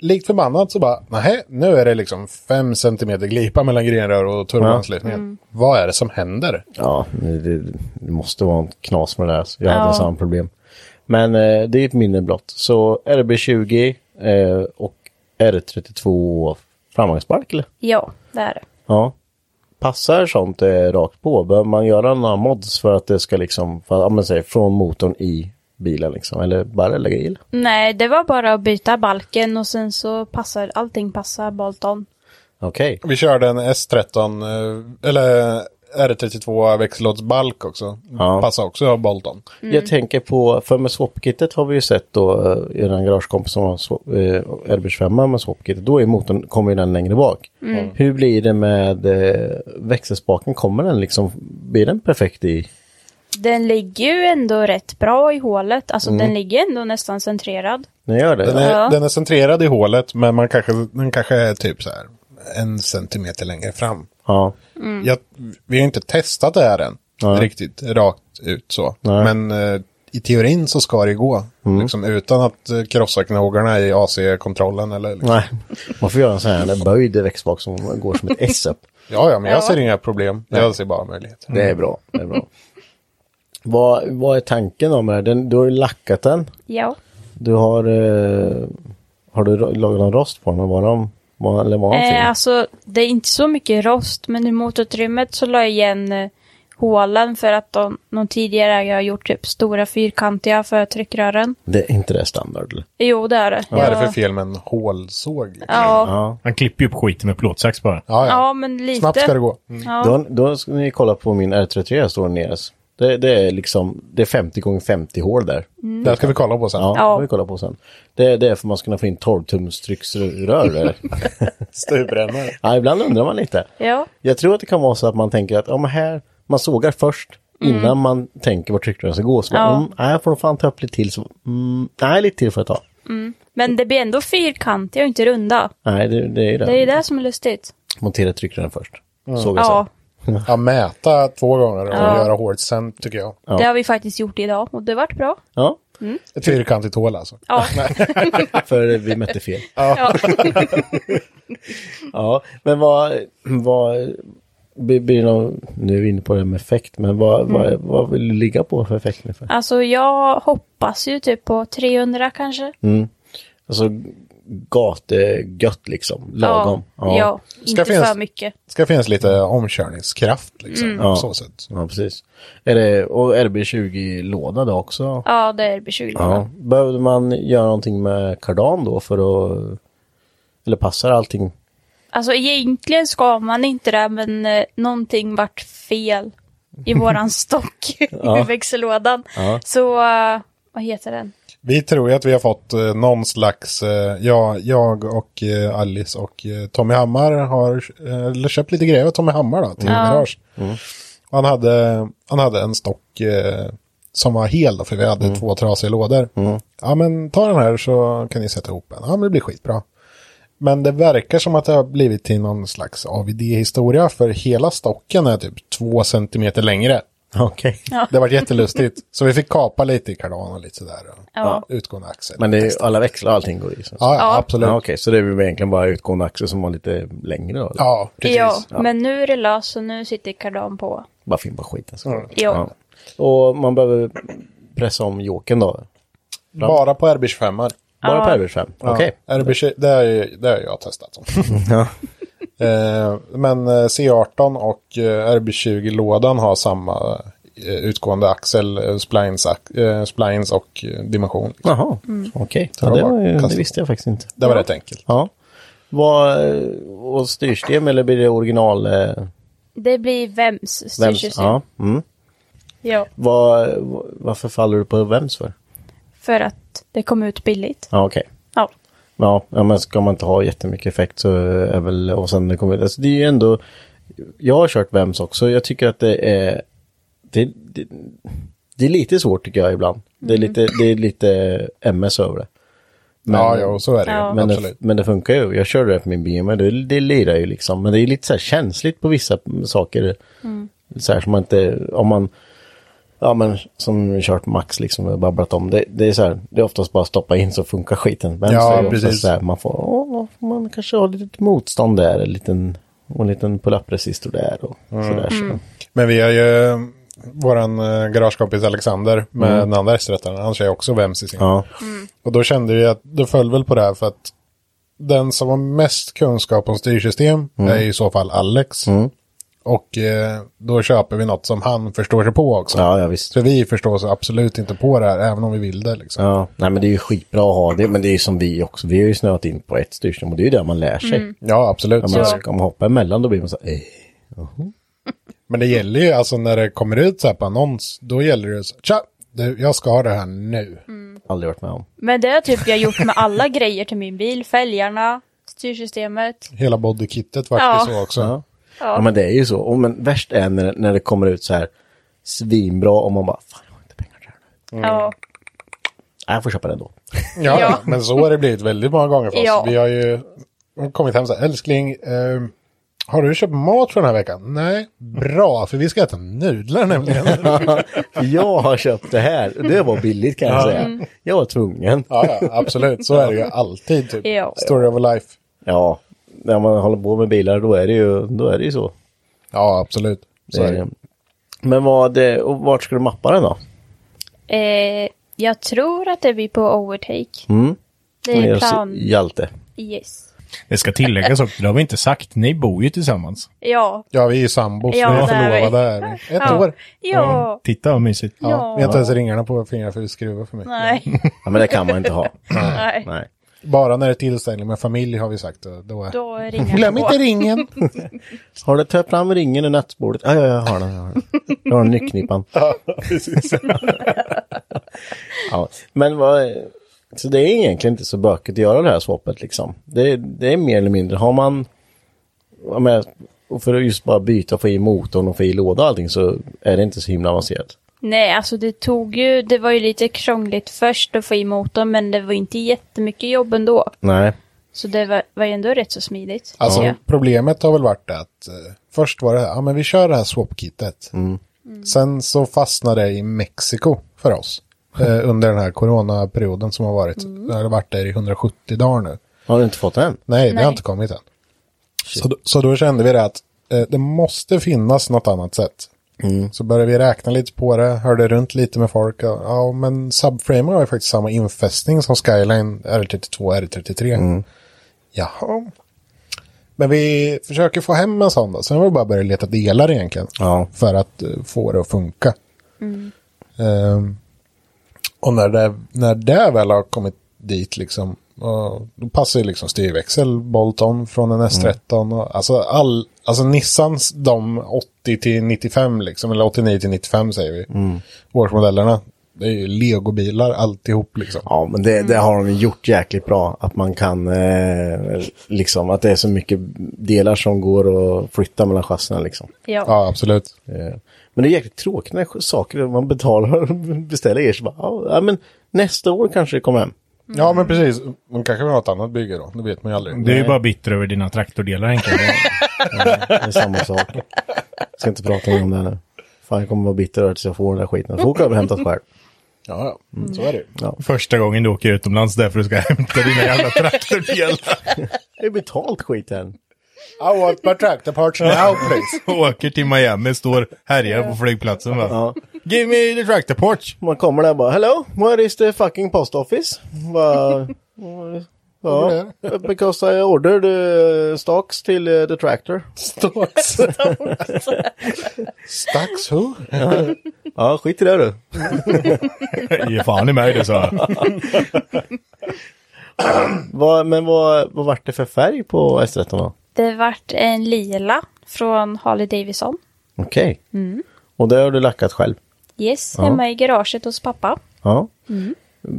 Likt förbannat så bara, nej, nu är det liksom fem centimeter glipa mellan grenrör och turboanslutningen. Vad är det som händer?
Ja, det, det måste vara en knas med det där. så Jag
Ja.
hade samma problem. Men eh, det är ett minne blott. Så RB20 eh, och R32 framvagnsbalk eller?
Ja, det är det.
Ja. Passar sånt eh, rakt på? Behöver man göra några mods för att det ska liksom, för, ja, men, säg, från motorn i bilen liksom? Eller bara lägga i? eller?
Nej, det var bara att byta balken och sen så passar allting passar Bolton.
Okej.
Vi körde en S13, eh, eller R32 växellådsbalk också.
Ja.
Passar också av Bolton.
Mm. Jag tänker på, för med swapkittet har vi ju sett då eh, i den garagekompis som har swap- eh, RB25 med swapkittet, då är motorn, kommer ju den längre bak. Hur blir det med eh, växelspaken, kommer den liksom, blir den perfekt i?
Den ligger ju ändå rätt bra i hålet. Alltså den ligger ändå nästan centrerad.
Den gör det?
Den är,
Ja.
den är centrerad i hålet, men man kanske, den kanske är typ så här en centimeter längre fram.
Ja.
Mm.
Jag, vi har inte testat det här än.
Nej.
Riktigt rakt ut så.
Nej. Mm.
Men eh, i teorin så ska det gå. Liksom, utan att eh, krossa knogarna i AC-kontrollen. Eller, liksom.
Nej, man får göra en sån här en böjd växtspak som går som ett S upp.
Ja, ja, men jag ser inga problem. Jag ser bara möjligheter.
Det är bra, det är bra. (laughs) Vad, vad är tanken om det här? Den, du har ju lackat den.
Ja.
Du har... Eh, har du ro- lagat någon rost på den? Var de, var, eller var någonting?
Eh, alltså det är inte så mycket rost men i motorutrymmet så la jag igen eh, hålen för att de, någon tidigare ägare har gjort typ stora fyrkantiga för tryckrören.
Det är inte det standard? eller?
Jo, det är det.
Vad är det
Jag-
för fel med en hålsåg? liksom?
Ja,
Han klipper ju upp skiten med plåtsax bara.
Ja, ja.
ja, men lite.
Snabbt ska det gå. Mm.
Då, då ska ni kolla på min R33 jag står neres. Det, det är liksom, det är 50 gånger 50 hål där.
Det här ska vi kolla på sen.
Ja,
Mm. Ja.
det får vi kolla på sen. Det, det är för man ska kunna få in 12-tumstrycksrör
(laughs)
där.
Stupremmar.
ja, ibland undrar man lite.
Ja.
Jag tror att det kan vara så att man tänker att, ja men här, man sågar först innan man tänker vart tryckrören ska gå. Så
Mm. Ja.
ja. mm, nej, jag får nog fan ta upp lite till. Så, mm, nej, lite till får jag ta.
Men det blir ändå fyrkantiga och inte runda.
Nej, det, det är ju det.
Det är ju det som är lustigt.
Montera tryckrören först. Såga
Ja,
sen.
Ja, mäta två gånger och
Ja.
göra hårt sen, tycker jag.
det har vi faktiskt gjort idag och det vart bra.
Ja,
Ett fyrkantigt hål alltså. (laughs)
Ja,
för vi mätte fel.
ja.
(laughs) Ja, men vad, vad blir blir det någon, nu är vi inne på det här med effekt, men vad,
Mm.
vad, vad vill du ligga på för effekt ungefär?
Alltså jag hoppas ju typ på 300 kanske.
Alltså gategött liksom, lagom.
Ja, ja inte
finnas-
för mycket.
Det ska finnas lite omkörningskraft liksom.
Mm.
På så sätt.
Ja, precis. Är det, och RB20-låda då också?
Ja, det är B20.
Ja. Behövde man göra någonting med kardan då för att, eller passar allting? (laughs)
Alltså egentligen ska man inte det, men eh, någonting vart fel i (laughs) våran stock i växellådan. Så, eh, vad heter den?
Vi tror ju att vi har fått eh, någon slags, eh, ja, jag och eh, Alice och eh, Tommy Hammar har eh, eller köpt lite grejer av Tommy Hammar då, till garage. Han, hade, han hade en stock eh, som var hel då, för vi hade två trasiga lådor. Ja men ta den här så kan ni sätta ihop den, ja men det blir skitbra. Men det verkar som att det har blivit till någon slags AVD-historia för hela stocken är typ två centimeter längre.
Okej.
Det var jättelustigt. Så vi fick kapa lite i kardan och lite sådär. och
Ja.
Utgående axel.
Men det är ju alla växlar och allting går i? Så.
Ja, ja,
Ja.
absolut.
Ja, Okej,
Ja,
så det är väl egentligen bara utgående axel som var lite längre då? eller?
precis.
Ja, men nu är det löst så nu sitter kardan på.
Bara fimpa skiten. Så.
Mm.
Ja.
Och man behöver pressa om joken då?
Bara på RB25. -ar.
Bara på RB5?
Ja. (laughs)
Okej.
RB20, det har ju- det har jag testat.
(laughs)
Som. eh, men eh, C18 och eh, RB20-lådan har samma eh, utgående axel, eh, splines, ac- eh, splines och eh, dimension. Liksom.
Jaha, okej.
Så
Ja,
det
det, var,
var
ju- det
kastat.
visste jag faktiskt inte.
Det var rätt enkelt.
Ja. Vad, eh, och styrsystem eller blir det original? eh,
Det blir vems
Vems?
styrsystem. Ja.
Ja. Mm. Vad, varför faller du på vems för?
För att det kom ut billigt.
Ja, okej.
Ja.
Ja, ja, men ska man inte ha jättemycket effekt så är väl, och sen det kommer, alltså det är ju ändå, jag har kört VEMS också, jag tycker att det är, det, det, det är lite svårt tycker jag ibland. Det är lite, det är lite MS över det. Men-
ja, ja, och så är det
Ja.
ju.
Men det,
Absolut.
men det funkar ju. Jag körde det på min BMW. Det, det lirar ju liksom. Men det är lite så här känsligt på vissa saker. Så här som man inte, om man, ja men som vi kört Max liksom och babblat om. Det, det är så här, det är oftast bara att stoppa in så funkar skiten. Men
Ja,
så är det oftast
precis.
Så här, man får, åh, man kanske har lite motstånd där. En liten, och en liten pull-up resistor där och
Mm.
sådär. Så.
Men vi har ju eh, våran eh, garagekompis Alexander med den andra S-rättaren. Han kör ju också VEMS i sin.
Mm. Ja,
Och då kände vi att det föll väl på det här för att den som har mest kunskap om styrsystem
Mm.
är i så fall Alex. Och eh, då köper vi något som han förstår sig på också.
ja, ja visst.
Så vi förstår oss absolut inte på det här, även om vi vill det. Liksom.
Ja, nej men det är ju skitbra att ha det. Men det är ju som vi också. Vi har ju snöat in på ett styrsystem och det är ju där man lär sig.
Ja, absolut.
Ja,
Så-
men ska man hoppa emellan då blir man så här, eh.
Men det gäller ju, alltså när det kommer ut så här på annons, då gäller det så tja, du, jag ska ha det här nu.
Aldrig varit med om.
Men det har typ jag gjort med alla (laughs) grejer till min bil. Fälgarna, styrsystemet.
Hela bodykittet vart
Ja.
det så också.
Ja. Ja. men det är ju så. Och, men värst är när, när det kommer ut så här svinbra och man bara, fan jag har inte pengar till det här nu.
Ja.
Nej, jag får köpa den då.
Ja,
Ja.
men så har det blivit väldigt många gånger för oss.
Ja.
Vi har ju kommit hem så här, älskling, eh, har du köpt mat för den här veckan? Nej, bra, för vi ska äta
(laughs)
nudlar nämligen. ja,
(laughs) Jag har köpt det här. Det var billigt kan jag
Mm.
säga. Jag var tvungen.
ja, absolut, så är det ju alltid. Typ.
Ja.
Story of a life.
Ja, när man håller på med bilar då är det ju, då är det ju så.
Ja, absolut. Så är det.
Men vad, det- och vart ska du mappa den då?
Eh, jag tror att det blir på overtake. Det är
Hos
plan.
Hjalte.
Yes.
Det ska tilläggas också, det har vi inte sagt. Ni bor ju tillsammans.
Ja.
Ja, vi är ju sambos,
Ja,
vi är
det är vi.
förlovade. Är vi. Ett
Ja.
år.
Ja.
Titta vad mysigt.
Ja.
Ja.
Vi har inte ens ringarna på fingrarna för att skruva för mig.
Nej.
Ja, men det kan man inte
(laughs)
ha.
Nej.
Nej.
Bara när det är tillställning med familj har vi sagt det. Då är...
Då ringer
Glöm
jag
inte
på.
ringen!
Har du tagit fram ringen ur nattbordet? Ja, ja, jag har den. Jag har den. Jag har den i (laughs) nyckknippan. Ja, men vad... Så det är egentligen inte så bökigt att göra det här swappet liksom. Det, det är mer eller mindre, har man... ja, men, och för att just bara byta, få i motorn och få i låda och allting så är det inte så himla avancerat.
Nej, alltså det tog ju, det var ju lite krångligt först att få i motorn men det var inte jättemycket jobb ändå.
Nej.
Så det var, var ju ändå rätt så smidigt.
Alltså
Ja.
problemet har väl varit det att eh, först var det här, ja men vi kör det här swapkitet. Sen så fastnade det i Mexiko för oss. Eh, under den här coronaperioden som har varit. Det har varit där i 170 dagar nu.
Har du inte fått den?
Nej, det har inte kommit än. Så, då- så då kände vi det att eh, det måste finnas något annat sätt. Så började vi räkna lite på det, hörde runt lite med folk. Och, ja, men subframer har ju faktiskt samma infästning som Skyline R32 och R33. Jaha. Men vi försöker få hem en sån då. Sen var det bara att börja leta delar egentligen.
Ja.
För att eh, få det att funka. Ehm, och när det, när det väl har kommit dit liksom. Och då passar ju liksom styrväxel, Bolton från en S13. Och, alltså, all, alltså Nissans de 80 till 95 liksom. Eller 89 till 95 säger vi. Årsmodellerna. Det är ju legobilar alltihop liksom.
Ja, men det, det har de gjort jäkligt bra. Att man kan, eh, liksom, att det är så mycket delar som går att flytta mellan chassina liksom.
Ja.
Ja, absolut.
Eh, Men det är jäkligt tråkigt när saker man betalar och beställer er så bara, "Ja, ja men nästa år kanske det kommer hem.
Ja, men precis. De kanske vill ha ett annat bygge då. Det vet man ju aldrig.
Du är ju bara bitter över dina traktordelar Henke.
Det är (laughs) samma sak. Jag ska inte prata mer om det här nu. Fan, jag kommer vara bitter över att jag får den där skiten. Jag får åka över och hämta själv.
Ja, ja. Mm. Så är det
(laughs)
ju.
Första gången du åker utomlands därför du ska (laughs) hämta dina jävla traktordelar.
Det är betalt skit än.
I want my tractor parts now please.
Och (laughs) åker till Miami, står härjar på flygplatsen va.
Ja.
Give me the tractor porch.
Man kommer där och bara, hello, where is the fucking post office? Bara, ja, because I ordered uh, stocks till uh, the
(laughs)
tractor.
Stacks who?
Ja, skit i det du.
Ge fan i mig det, sa jag.
Vad, men vad, vad vart det för färg på S13 då?
Det vart en lila från Harley Davidson.
Okej. Och det har du lackat själv?
Yes, hemma i garaget hos pappa.
Ja. Mm.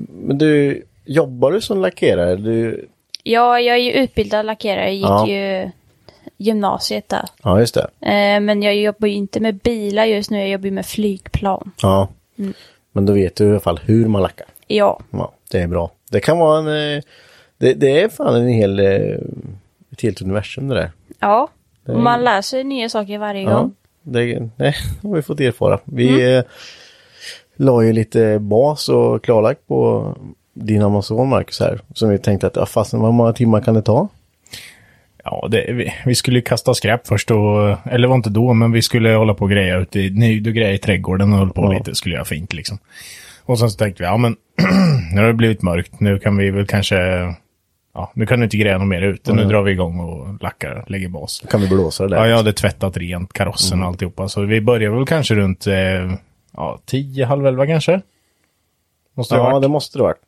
Men du, jobbar du som lackerare? Du,
Ja, jag är ju utbildad lackerare, gick
Ja.
ju gymnasiet där.
ja, just det.
Eh, men jag jobbar ju inte med bilar just nu, jag jobbar ju med flygplan.
Ja. Men då vet du i alla fall hur man lackar.
Ja,
Mm. Ja, det är bra. Det kan vara en... eh, Det, det är fan en hel... eh, Ett helt universum det där.
ja. Och man lär sig nya saker varje
Ja,
gång.
det, det (laughs) har vi fått erfara. Vi eh, la ju lite bas och klarlack på din Amazon, Marcus, här. Som vi tänkte att, ja, fasen, hur många timmar kan det ta?
Ja, det, vi, vi skulle ju kasta skräp först och, eller var inte då, men vi skulle hålla på och greja ute i, nej, du grejade i trädgården och höll på
Ja.
lite, skulle göra fint liksom. Och sen så tänkte vi, ja men, (clears throat) nu har det blivit mörkt, nu kan vi väl kanske, ja, nu kan du inte greja något mer ute, nu drar vi igång och lackar, lägger bas.
Kan vi blåsa det där?
Ja, jag hade tvättat rent karossen
Mm.
och alltihopa, så vi började väl kanske runt, eh, ja, tio, halv elva kanske? Måste det ha
Ja,
varit.
det måste det ha varit.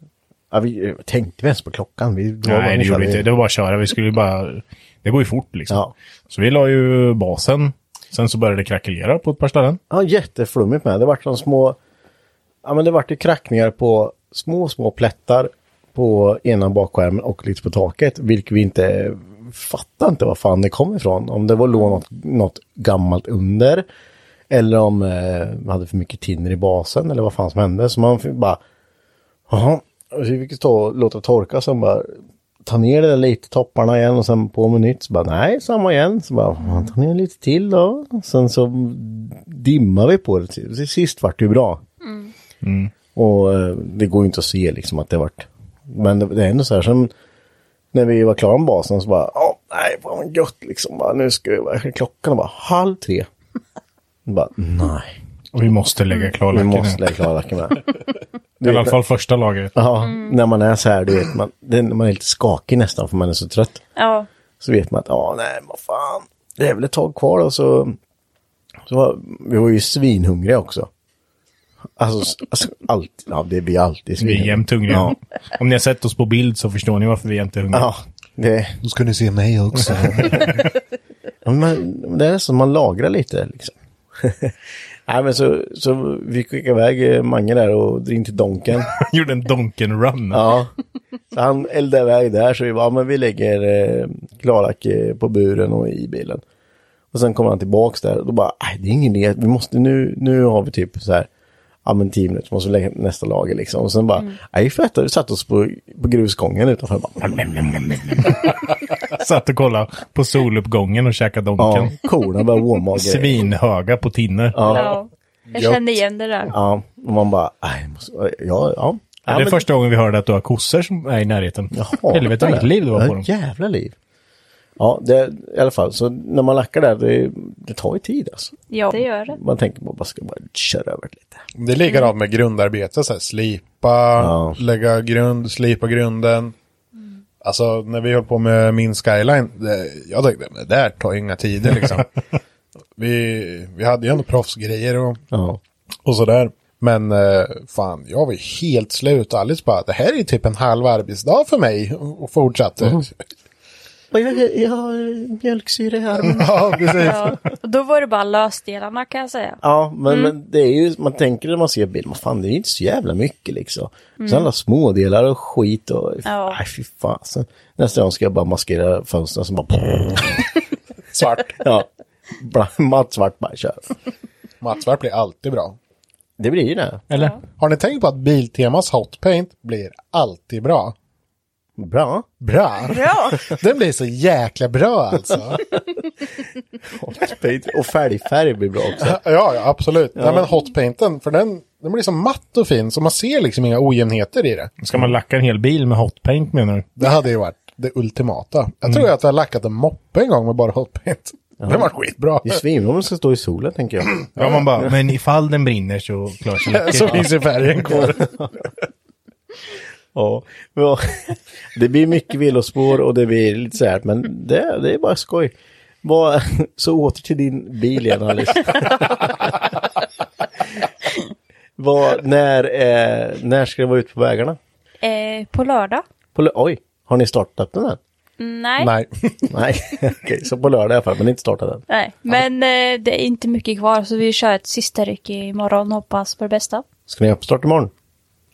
Ja, vi eh, tänkte vi ens på klockan? Vi, var bara
Nej, det
ungefär-
gjorde vi inte. Det var bara att köra. Vi skulle ju bara... Det går ju fort liksom.
Ja.
Så vi la ju basen. Sen så började det krackelera på ett par ställen.
Ja, jätteflummigt med. Det vart som små... Ja, men det vart ju krackningar på små, små plättar på ena bakskärmen och lite på taket, vilket vi inte fattar inte var fan det kom ifrån. Om det var låg något, något gammalt under eller om eh, man hade för mycket tinner i basen eller vad fan som hände. Så man fick bara... Jaha, Och så fick vi ta, låta torka sen bara ta ner det där lite, topparna igen och sen på med nytt. Så bara nej, samma igen. Så bara "Ja, ta ner lite till då. Sen så dimmar vi på det. Till sist vart det ju bra. Och eh, det går ju inte att se liksom att det vart. Men det, det är ändå så här som när vi var klara med basen så bara, ja, nej, vad gött liksom. Bara, nu ska vi, vad- klockan var halv tre. Bara, nej,
Och vi måste lägga
Mm. vi
klarlacken
måste
nu.
lägga klara lacken med.
I alla fall första lagret.
Ja, när man är så här, du vet, man, det, man är lite skakig nästan för man är så trött.
Ja,
Så vet man att, ja, nej, vad fan. Det är väl ett tag kvar och så... så var, vi var ju svinhungriga också. Alltså, s- alltså allt, ja, det blir alltid
Vi är
svinhungriga.
jämt hungriga.
Ja,
Om ni har sett oss på bild så förstår ni varför vi är jämt är hungriga.
ja det,
Då ska ni se mig också.
(laughs) ja, men man, det är som man lagrar lite liksom. (laughs) nej, men så, så vi skickade iväg eh, Mange där och in till Donken.
(laughs) Gjorde en donken run.
Ja. Så han eldade iväg där så vi bara, "Ja, men vi lägger eh, klarlack eh, på buren och i bilen. Och sen kommer han tillbaks där och då bara, "Aj, det är ingen idé, vi måste nu, nu har vi typ så här, ja men tio minuter, måste vi lägga nästa lager liksom. Och sen bara, nej fett, vi satt oss på, på grusgången utanför och bara,
Satt och kollade på soluppgången och käkade
ja,
donken.
korna började våma
(laughs)
och grejer.
Svinhöga på tinner.
ja. Jag kände igen det där.
Ja, och man bara, nej, måste, ja, ja.
Ja,
Ja,
det är
men-
första gången vi hörde att du har kossor som är i närheten.
Ja,
Helvete vilket liv det var på
ja,
dem.
jävla liv. Ja, det, i alla fall, så när man lackar där, det, det tar ju tid alltså.
Ja, det gör det.
Man tänker bara, bara ska bara köra över det lite.
Det är likadant med grundarbete, så här, slipa, lägga grund, slipa grunden. Alltså när vi höll på med min skyline, det, jag tänkte det där tar ju inga tider (laughs) liksom. vi, vi hade ju ändå proffsgrejer och,
Ja.
och sådär. Men eh, fan, jag var ju helt slut. Alice bara, det här är ju typ en halv arbetsdag för mig. Och och fortsatte.
jag, jag har mjölksyra i armen.
(laughs) ja, precis.
Ja. Och då var det bara lösdelarna kan jag säga.
Ja, men, men det är ju, man tänker när man ser bild, man fan det är inte så jävla mycket liksom. Så alla smådelar och skit och,
Ja.
nej fy fasen. Nästa gång ska jag bara maskera fönstren som bara, (laughs)
Svart.
ja, bara mattsvart bara kör.
Mattsvart blir alltid bra.
Det blir ju det.
Eller?
Har ni tänkt på att Biltemas hotpaint blir alltid bra?
Bra.
Bra. bra. (laughs) Den blir så jäkla bra (laughs) alltså.
Hotpaint. Och färgfärg blir bra också.
ja, ja, absolut. Nej, men hotpainten, för den, den blir så matt och fin så man ser liksom inga ojämnheter i det.
Ska man lacka en hel bil med hotpaint menar du?
Det hade ju varit det ultimata. Jag
Mm.
tror att jag har lackat en moppe en gång med bara hotpaint. Den var skitbra.
Det är svinbra om den ska stå i solen tänker jag.
Ja, man bara, men ifall den brinner (laughs) så klarar sig läcker.
(laughs) så finns ju
(laughs)
färgen kvar.
Ja, ja. (laughs) det blir mycket villospår och det blir lite så här, men det, det är bara skoj. (laughs) Vad- Så åter till din bil igen Alice. (laughs) Vad, när, eh, när ska det vara ute på vägarna?
Eh, på lördag? Mm,
På, lö- oj, har ni startat den än?
Nej. Nej.
Nej.
Nej, (laughs) okej, så på lördag i alla fall, men inte startat den.
Men eh, det är inte mycket kvar så vi kör ett sista ryck imorgon. Hoppas på det bästa.
Ska ni uppstart imorgon?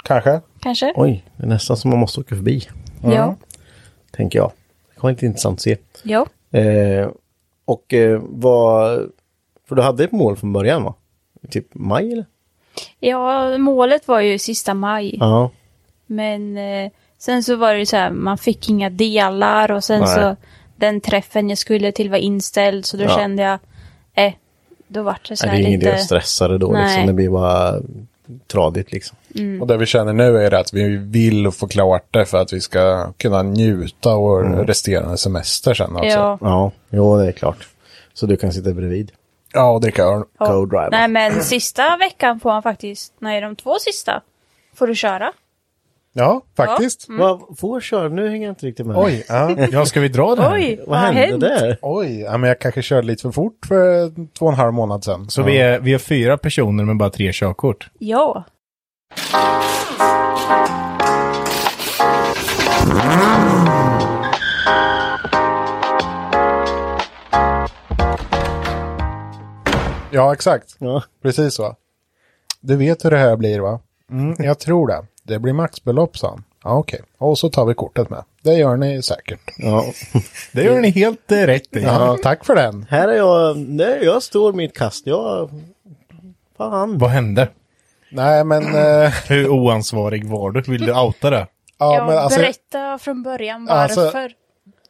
Kanske.
Kanske?
Oj, Mm. det är nästan som man måste åka förbi,
Ja.
tänker jag. Det kommer inte intressant att se.
Jo.
Eh, och eh, vad... För du hade ett mål från början va? Typ maj eller?
Ja, målet var ju sista maj.
Ja.
Men eh, sen så var det så här, man fick inga delar och sen
Nej.
så den träffen jag skulle till var inställd så då
Ja.
kände jag, eh, då vart det så
Nej,
här
det är ingen idé att
lite...
stressa det då
Nej.
liksom. Det blir bara tradigt liksom.
Och det vi känner nu är det att vi vill få klart det för att vi ska kunna njuta av
Mm.
resterande semester sen alltså. också.
Ja.
Ja, jo det är klart. Så du kan sitta bredvid.
Ja, och dricka öl.
ja.
co-driver. Mm.
Nej men sista veckan får man faktiskt, nej de två sista får du köra.
Ja, faktiskt.
Vad får köra? Nu hänger jag inte riktigt med.
Oj, ja.
(laughs) Ja, ska vi dra det här?
Oj,
vad hände där?
Oj, ja, men jag kanske körde lite för fort för två och en halv månad sedan.
Så vi är, vi är fyra personer med bara tre körkort.
Ja.
Ja, exakt.
Ja.
Precis så. Du vet hur det här blir va? Mm, (laughs) jag tror det. Det blir maxbelopp sa han. Ja, okej. Och så tar vi kortet med. Det gör ni säkert.
ja.
Det gör ni helt eh, rätt i.
Ja, tack för den.
Här är jag. Nej, jag står mitt kast. Jag... Fan.
Vad hände?
Nej, men... Eh,
Hur oansvarig var du? Vill du outa det?
ja, men alltså,
Berätta från början
Alltså-
varför.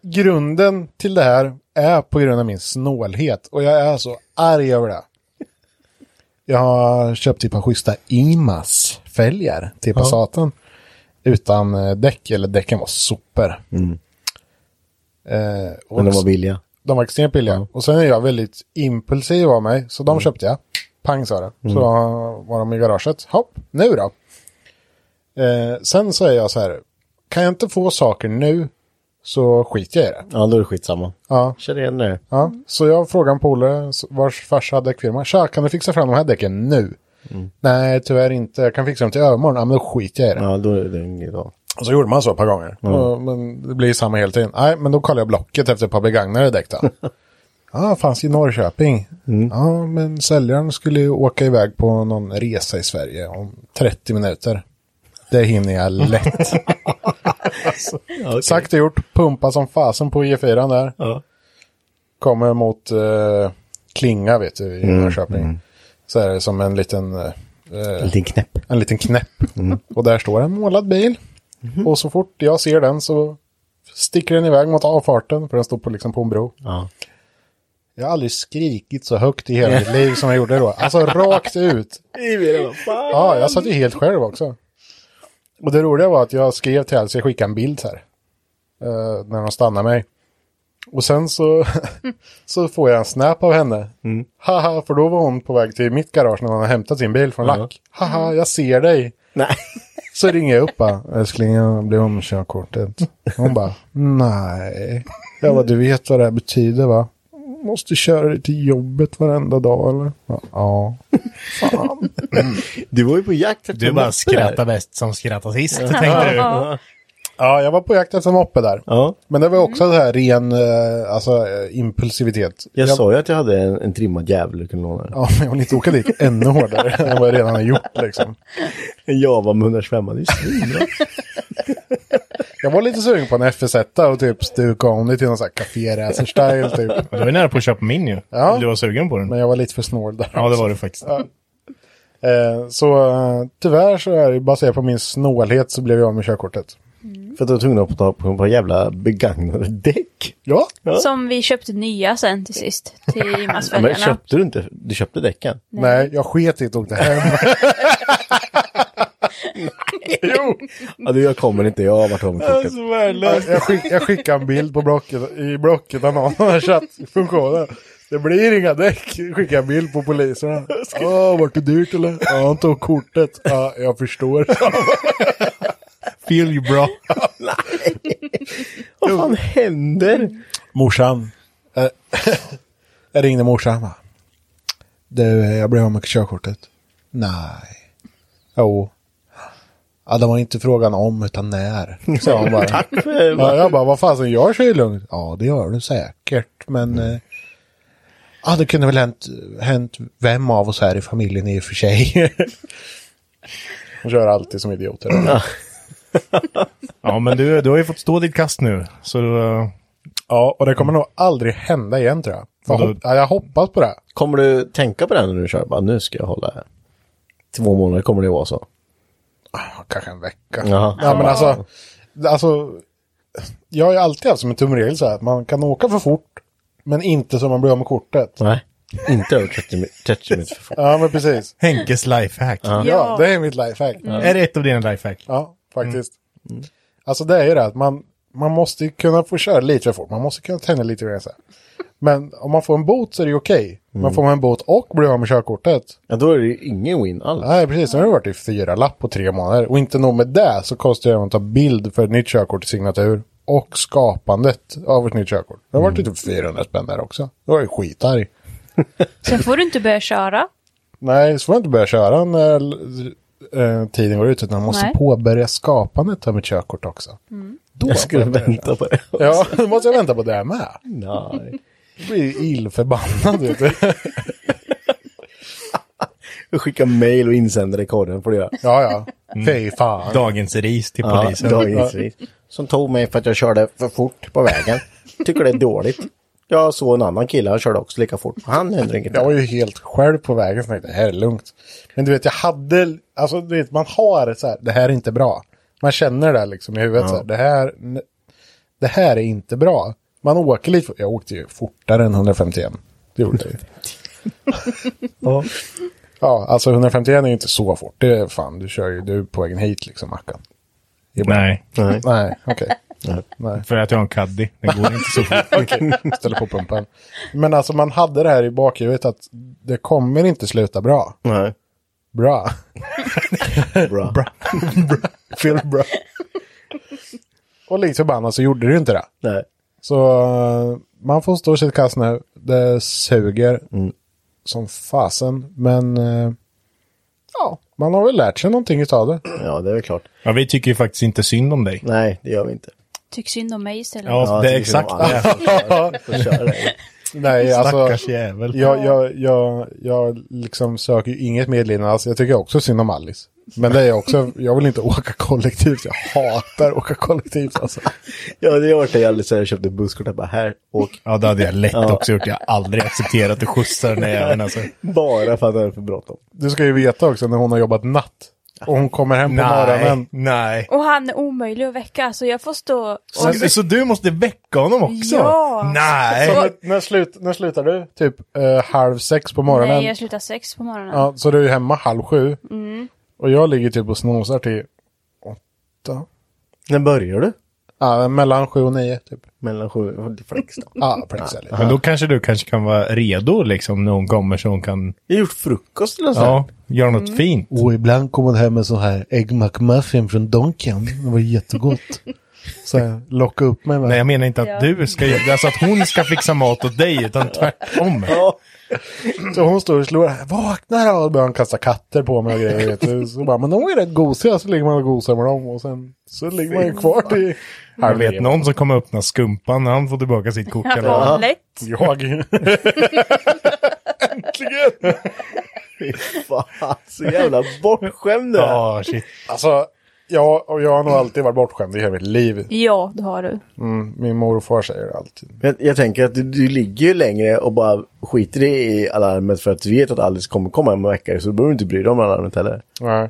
grunden till det här är på grund av min snålhet. Och jag är så arg över det. Jag har köpt ett par schyssta Imas-fälgar till Passaten. Utan eh, däck, eller däcken var super. Eh, och
Mm. Men de var billiga.
De var extremt billiga. Och sen är jag väldigt impulsiv av mig, så de
Mm.
köpte jag. Pang sa det. Så var de i garaget. Hopp, nu då. Eh, sen så är jag så här, kan jag inte få saker nu så skiter jag i det.
Ja, då är det skitsamma.
Ja.
Kör igen nu.
Ja, så jag frågade en polare vars farsa hade däckfirma. Tja, kan du fixa fram de här däcken nu? Nej, tyvärr inte. Jag kan fixa dem till övermorgon. Ja, men då skiter jag i det.
Ja, då är det inget bra.
Och så gjorde man så ett par gånger. Och, men det blir samma hela tiden. Nej, men då kollar jag Blocket efter ett par begagnade däck då. Ja, fanns i Norrköping. Ja, men säljaren skulle ju åka iväg på någon resa i Sverige om 30 minuter. Det hinner jag lätt. Sagt och gjort, pumpa som fasen på E4 där.
Ja.
Kommer mot eh, Klinga vet du, i Norrköping. Så är det som en liten... eh,
En liten knäpp.
en liten knäpp. Och där står en målad bil. Och så fort jag ser den så sticker den iväg mot avfarten för den står på, liksom på en bro.
Ja.
Jag har aldrig skrikit så högt i hela mitt liv som jag gjorde då. Alltså rakt ut. Ja, jag satt ju helt själv också. Och det roliga var att jag skrev till Elsie, jag skickade en bild så här. eh, när de stannade mig. Och sen så, (laughs) så får jag en snap av henne.
Mm.
Haha, för då var hon på väg till mitt garage när hon hade hämtat sin bil från lack. Haha, jag ser dig.
Nej.
Så ringer jag upp bara, älskling jag blev om med körkortet. Hon bara, nej. Jag bara, du vet vad det här betyder va? Måste köra dig till jobbet varenda dag eller? Ja. ja.
Du var ju på jakt efter
Du bara skrattar bäst som skrattar sist, tänkte du.
Ja, jag var på jakt efter en moppe där.
Ja.
Men det var också så här ren eh, alltså, eh, impulsivitet.
Jag sa ju att jag hade en, en trimmad jävel du kunde låna.
(laughs) Ja, men jag vill inte åka dit ännu hårdare (laughs) än vad jag redan har gjort liksom.
En java med 125, det är ju svinbra. (laughs)
Jag var lite sugen på en FS1 och typ stuka om det till någon sån här Café Racer-style typ.
Du var ju nära på att köpa min ju.
Ja.
Du var sugen på den.
Men jag var lite för snål där.
Ja, det var du faktiskt.
Eh, så eh, tyvärr så är det baserat på min snålhet så blev jag av med körkortet.
För att du var tvungen att ta på ett par jävla begagnade däck.
Ja.
Som vi köpte nya sen till sist. Till
Ja, men
massfälgarna.
köpte du inte? Du köpte däcken?
Nej, jag sket i det och åkte hem.
Jo! Ja, du, jag kommer inte. Jag har varit av med kortet.
jag, skick, jag skickade en bild på blocket, i blocket av någon av chattfunktionen. Det blir inga däck, skickade jag en bild på poliserna. Åh, vart det dyrt eller? Ja, han tog kortet. Ja, jag förstår.
Feel you bra.
Vad fan (laughs) händer?
Morsan. eh, (laughs) Jag ringde morsan va. Du, eh, jag blev av med körkortet.
Nej. Jo. Ja, det var inte frågan om utan när. Så han bara. Tack
för-
ja, jag bara, vad fasen, jag kör ju lugnt. Ja, det gör du säkert, men...
Mm.
eh, Ja, det kunde väl hänt, hänt vem av oss här i familjen i och för sig.
De kör alltid som idioter.
Ja, men du, du har ju fått stå ditt kast nu. Så eh,
ja, och det kommer nog aldrig hända igen tror jag. För
Vadå?
hopp, ja, jag hoppas på det.
Kommer du tänka på det här när du kör? Bara, nu ska jag hålla här. Två månader kommer det vara så.
Ja, Kanske en vecka.
Jaha.
Ja, men alltså, alltså, jag har ju alltid haft som en tumregel så här, att man kan åka för fort, men inte så man blir av med kortet.
Nej, inte över 30, mi- 30 minuter för fort.
Ja, men precis.
Henkes lifehack.
Ja, det är mitt lifehack.
Är det ett av dina lifehack?
Ja, faktiskt.
Mm.
Alltså det är ju det att man, man måste ju kunna få köra lite för fort. Man måste kunna tänja lite
(laughs)
grann så här. Men om man får en bot så är det ju okej.
Mm.
Men får man en bot och blir av med körkortet.
Ja, då är det ju ingen win alls.
Nej, precis. Nu har det varit i fyra lapp på tre månader. Och inte nog med det så kostar det även att ta bild för ett nytt körkort i signatur. Och skapandet av ett nytt körkort. Det har varit
Mm.
typ 400 spänn där också. Då var jag ju skitarg.
Sen får du inte börja köra.
Nej, så får jag inte börja köra när eh, tiden går ut. Utan jag måste
Nej.
påbörja skapandet av mitt körkort också. Då
Mm. Jag skulle
får börja
vänta på det.
Ja, (laughs) då måste jag vänta på det här med.
Nej.
Jag blir illförbannad. Vet du.
Skicka mail och insändare i korgen får
(laughs)
du göra.
Ja, ja. Fy fan.
Dagens ris till
Ja,
polisen.
dagens ris. Som tog mig för att jag körde för fort på vägen. Tycker det är dåligt. Jag såg en annan kille, han körde också lika fort. Han händer inget.
Jag var ju helt själv på vägen så jag tänkte, det här är lugnt. Men du vet, jag hade, alltså du vet, man har så här, det här är inte bra. Man känner det liksom i huvudet så här, det här, det här är inte bra. Man åker lite, jag åkte ju fortare än 151. Det gjorde jag ju.
Ja.
Ja, alltså 151 är ju inte så fort. Det är fan, du kör ju, du är på vägen hit liksom, Mackan.
Nej,
Nej.
Nej, okej. Nej.
för att jag har en caddy. Det går
(laughs)
inte så fort.
Okej, ställer på pumpen. Men alltså man hade det här i bakhuvudet att det kommer inte sluta bra.
Nej.
Bra.
Bra.
Fel bra. Och likt förbannat så gjorde det ju inte det.
Nej.
Så eh, man får stå sitt kast nu. Det suger som fasen. Men eh, ja, man har väl lärt sig någonting utav det.
Ja, det är väl klart.
Ja, vi tycker ju faktiskt inte synd om dig.
Nej, det gör vi inte.
Tyck synd om mig istället.
Ja, det är
tycker
exakt
de andra
det. (laughs)
som kör det.
Nej, alltså.
Stackars jävel.
Jag, jag, jag, jag liksom söker ju inget medlidande alls. Jag tycker också synd om Alice. Men det är jag också, jag vill inte åka kollektivt. Jag hatar att åka kollektivt alltså.
Ja, det har varit det jag aldrig sedan jag köpte busskort. Jag bara, här, åk.
Ja, det hade jag lätt också gjort. Jag har aldrig accepterat att skjutsa den där jäveln alltså.
Bara för att det är för bråttom.
Du ska ju veta också när hon har jobbat natt. Och hon kommer hem på morgonen.
Nej, nej.
Och han är omöjlig att väcka, så jag får stå och...
Så, så du måste väcka honom också?
Ja.
Så
Nej!
när, när, slut, när slutar du? Typ eh, halv sex på morgonen.
Nej, jag Mm. slutar sex på morgonen.
ja, så du är hemma halv sju. Och jag ligger typ och snosar till åtta.
När börjar du?
Ja, mellan sju och nio typ.
Mellan sju och flex då.
(laughs)
Ja, precis. lite.
Men då kanske du kanske kan vara redo liksom när hon kommer så hon kan
Jag har gjort frukost eller så. här.
ja, göra
Mm.
något fint.
Och ibland kom hon hem med sån här ägg McMuffin från Donken. Det var jättegott.
Så här, locka upp mig med.
Nej, jag menar inte att
Ja.
du ska göra- alltså att hon ska fixa mat åt dig, utan tvärtom.
Så hon står och slår, vakna då! Och då börjar hon kasta katter på mig och grejer. Vet du. Så bara, men de är rätt gosiga, så ligger man och gosar med dem. Och sen så ligger man ju kvar till
Jag vet någon som kommer öppna skumpan när han får tillbaka sitt kort. Eller? vad?
Ja, lätt.
jag.
Fan, så jävla bortskämd du är.
Ja, shit.
Alltså, jag, och jag har nog alltid varit bortskämd i hela mitt liv.
Ja, det har du.
Mm, min mor och far säger det alltid.
Jag, jag tänker att du, du ligger ju längre och bara skiter i alarmet för att du vet att Alice kommer komma om en vecka så du behöver inte bry dig om alarmet heller.
Nej.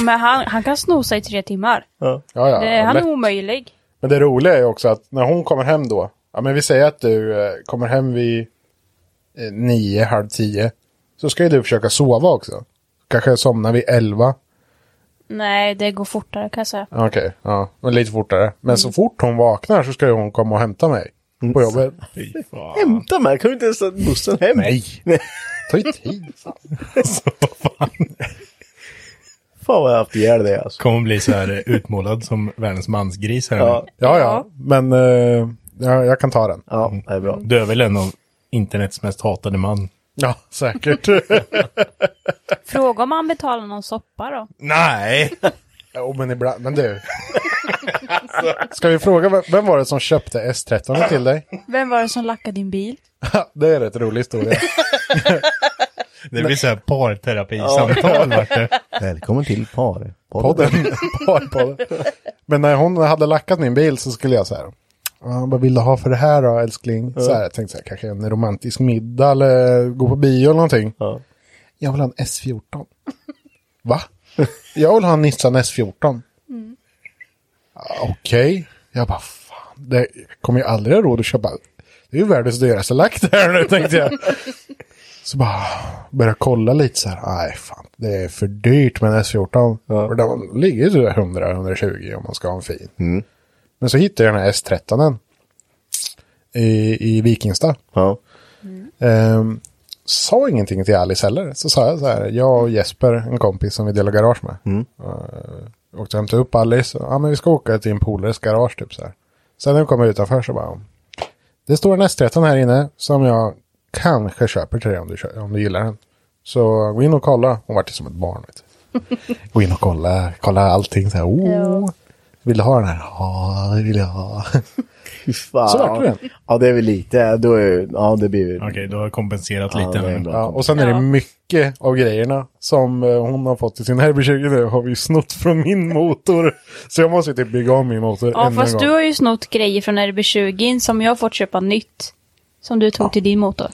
Men han, han kan sno sig i tre timmar.
Ja, ja,
det, han
lätt.
är omöjlig.
Men det roliga är ju också att när hon kommer hem då, ja men vi säger att du eh, kommer hem vid eh, nio, halv tio, så ska ju du försöka sova också. Kanske somna vid elva.
Nej, det går fortare kan jag säga.
Ah, Okej, ja. Men lite fortare. Men så fort hon vaknar så ska ju hon komma och hämta mig. På (laughs) jobbet.
Hämta mig, kan du inte ens ta bussen hem? Nej.
(laughs) Ta ju tid.
Fan vad jag har haft ihjäl dig alltså.
Kommer bli så här eh, utmålad som världens mansgris här.
Ja,
Ja, ja.
Ja.
Men eh, ja, jag kan ta den.
ja det är bra.
Du är väl en av internets mest hatade man?
Ja, (laughs) säkert.
Fråga om han betalar någon soppa då.
Nej! Jo, men ibland. Men (laughs) du. Ska vi fråga, vem- vem var det som köpte S13 till dig?
Vem var det som lackade din bil?
(laughs) Det är en rätt rolig historia.
Det blir så här parterapisamtal vart det.
Välkommen till par.
Podden. (laughs) Parpodden. Men när hon hade lackat min bil så skulle jag så här. "Ja, Vad vill du ha för det här då älskling? Så här, jag tänkte så här, kanske en romantisk middag eller gå på bio eller någonting.
Ja.
Jag vill ha en S14. (laughs) Va? Jag vill ha en Nissan S14. Mm. "Ja, Okej. Jag bara, fan, det kommer jag aldrig ha råd att köpa. Det är ju världens dyraste lack det här nu, tänkte (laughs) jag. Så bara började kolla lite så här, nej fan, det är för dyrt med en S14. För den ligger ju sådär 100-120 om man ska ha en fin. Men så hittade jag den här S13 i, i Vikingstad.
Ja.
Ehm, sa ingenting till Alice heller. Så sa jag så här, jag och Jesper, en kompis som vi delar garage med. Mm. Uh, åkte och hämtade upp Alice. Ja, men vi ska åka till en polares garage typ så här. Sen när vi kommer utanför så bara, det står en S13 här inne som jag kanske köper till dig om du, kö- om du gillar den. Så gå in och kolla. Hon vart ju som ett barn. Vet du. gå in och kolla, kolla allting så här. Oh. Vill du ha den här? Ja, det vill jag ha. (laughs)
Fy fan.
Så vart det den.
Ja, det är väl lite. Då är, ja, det blir
Okej, du har kompenserat
Ja,
lite.
det är
men-
bra.
Ja, och sen är
Ja.
det mycket av grejerna som eh, hon har fått i sin Herbie-20 nu har vi snott från min motor. Så jag måste typ bygga om min motor
Ja,
ännu en
fast
gång.
du har ju snott grejer från RB20 som jag har fått köpa nytt. Som du tog till din motor.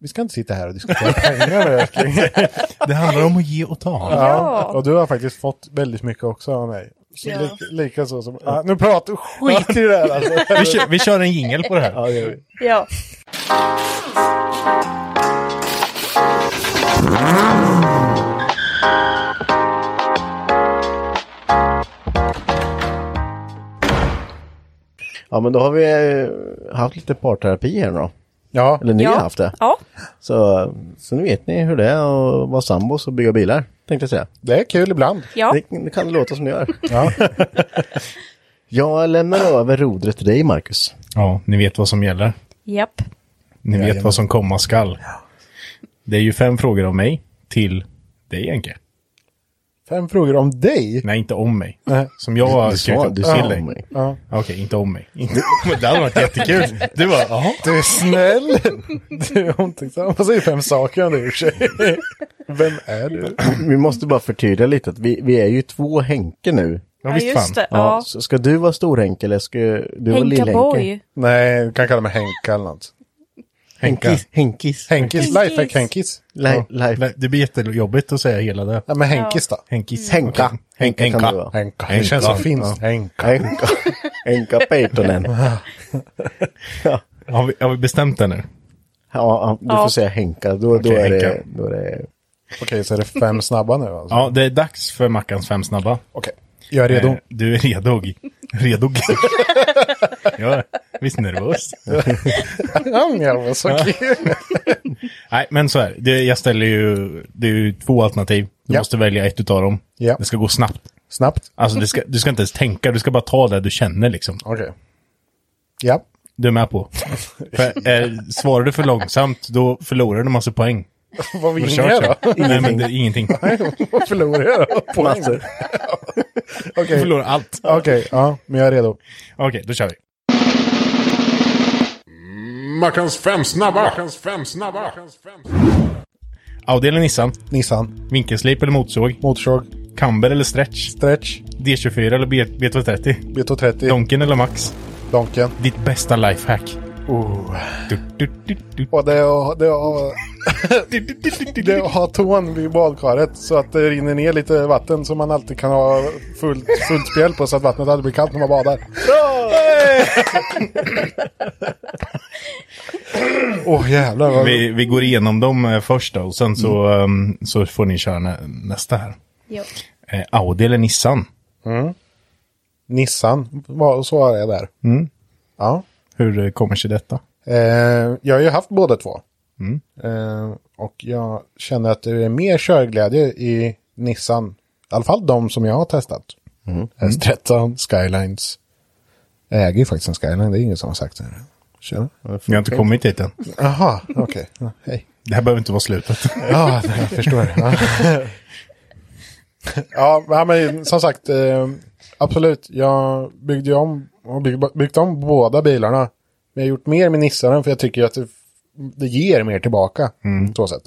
Vi ska inte sitta här och diskutera pengar (laughs) nu älskling.
Det handlar om att ge och ta.
ja. Och du har faktiskt fått väldigt mycket också av mig. Så
Ja.
Lika, lika så som... Ja, nu pratar skit i det här alltså.
Vi kör, vi kör en jingel på det här.
Ja, det gör vi.
Ja.
Ja, men då har vi eh, haft lite parterapi här då.
ja.
Eller ni
ja.
har haft det.
Ja.
Så, så nu vet ni hur det är att vara sambos och bygga bilar, tänkte jag säga.
det är kul ibland.
Ja.
Det, det kan låta som det gör. (laughs) jag lämnar över rodret till dig, Marcus.
Ja, ni vet vad som gäller.
Japp.
Ni vet vad som komma skall. Det är ju fem frågor av mig till dig, Enke.
Fem frågor om dig.
Nej, inte om mig. Som jag har
Du
skrivit
sa,
upp
du
till
sa
dig.
om mig.
Ja.
Okej, inte om mig. Inte, (laughs) men det hade varit
(laughs)
jättekul. Du bara, jaha.
Du är snäll. Du är omtänksam. Vad säger fem saker om dig i och för sig? Vem är du?
Vi måste bara förtydliga lite att vi, vi är ju två Henke nu.
Ja, visst fan.
just det.
Ja.
Ja.
så ska du vara stor Henke eller ska du vara lill
Henka
Henke?
Boy.
Nej, du kan kalla mig Henka eller något.
Henka.
Henkis. Henkis.
Henkis,
Henkis.
lifehack Henkis.
Li- life.
Nej, Det blir jättejobbigt att säga hela det.
Ja, men Henkis då.
Henkis.
Henka.
Okej.
Henka
Henka.
kan du vara.
Henka.
Henka.
Det känns så finskt. Henka.
Henka. Henka Peitonen. Mm.
Har, vi, har vi bestämt det nu?
Ja, du
Ja.
får säga Henka. Då, då,
Okej,
är det,
Henka.
då är det...
Okej, så är det fem snabba nu alltså.
Ja, det är dags för Mackans fem snabba.
Okej, jag är redo.
Eh, Du är redo. Redo. (laughs) ja, visst nervös.
(laughs) Ja, men jag var så kul.
Nej, men så här. Det, jag ställer ju, det är ju två alternativ. Du
Ja.
måste välja ett utav dem.
Ja.
Det ska gå snabbt.
Snabbt.
Alltså, det ska, du ska inte ens tänka, du ska bara ta det du känner liksom.
Okej. Ja. (laughs)
Du är med på. För, eh, svarar du för långsamt, då förlorar du massa poäng.
Vad
Då
vinner
körs
jag
det.
då?
Nej, men det är ingenting.
Vad (laughs) förlorar jag då? Poäng.
Massor.
Du
Okej,
förlorar allt.
Okej, ja, men jag är redo.
Okej, då kör vi.
Mackans fem snabba! Mackans fem snabba!
Audi eller Nissan?
Nissan,
Vinkelslip eller motorsåg?
motorsåg,
Camber eller stretch?
stretch,
D24 eller B- B230?
B230,
Donken eller Max?
Donken.
Ditt bästa lifehack?
Oh.
Du, du, du, du.
Och det är att- det är att- det är att ha tån vid badkaret så att det rinner ner lite vatten som man alltid kan ha fullt, fullt spjäll på så att vattnet aldrig blir kallt när man badar. Åh oh, jävlar. Vad...
Vi, vi går igenom dem eh, först då, och sen så, ehm, så får ni köra nä- nästa här.
Jo.
Eh, Audi eller Nissan?
Nissan, vad svarar jag där? Ja.
Hur eh, kommer sig detta?
Eh, jag har ju haft båda två. Eh, och jag känner att det är mer körglädje i Nissan. I alla fall de som jag har testat. S13, Skylines. Jag äger ju faktiskt en Skyline, det är ingen som har sagt det. Tjena.
Jag har inte kommit dit än.
Jaha, okej. Ja, Hej.
Det här behöver inte vara slutet.
Ja, nej, jag förstår. Ja. (laughs) ja, men- men som sagt, eh, absolut. Jag byggde ju om och bygg, byggt om båda bilarna. Men jag har gjort mer med Nissaren för jag tycker ju att det, det ger mer tillbaka. Så sätt.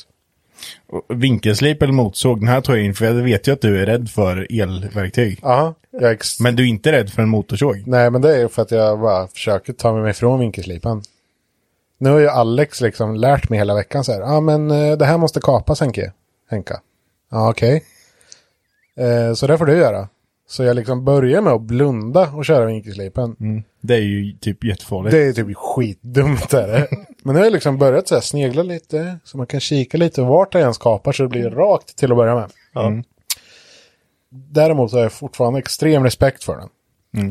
Och (laughs) Vinkelslip eller motorsåg, den här tar jag in för jag vet ju att du är rädd för elverktyg.
Ja, jag är ex-
Men du är inte rädd för en motorsåg.
Nej, men det är ju för att jag bara försöker ta mig ifrån vinkelslipan. Nu har ju Alex liksom lärt mig hela veckan så här. Ja, ah, men eh, det här måste kapas Henke. Henka. Ja, okej. Eh, så det får du göra. Så jag liksom börjar med att blunda och köra vinkelslipen.
Det är ju typ jättefarligt.
Det är typ skitdumt är det. Men nu har jag liksom börjat så här snegla lite. Så man kan kika lite vart jag ens kapar så det blir rakt till att börja med.
Mm.
Däremot så har jag fortfarande extrem respekt för den.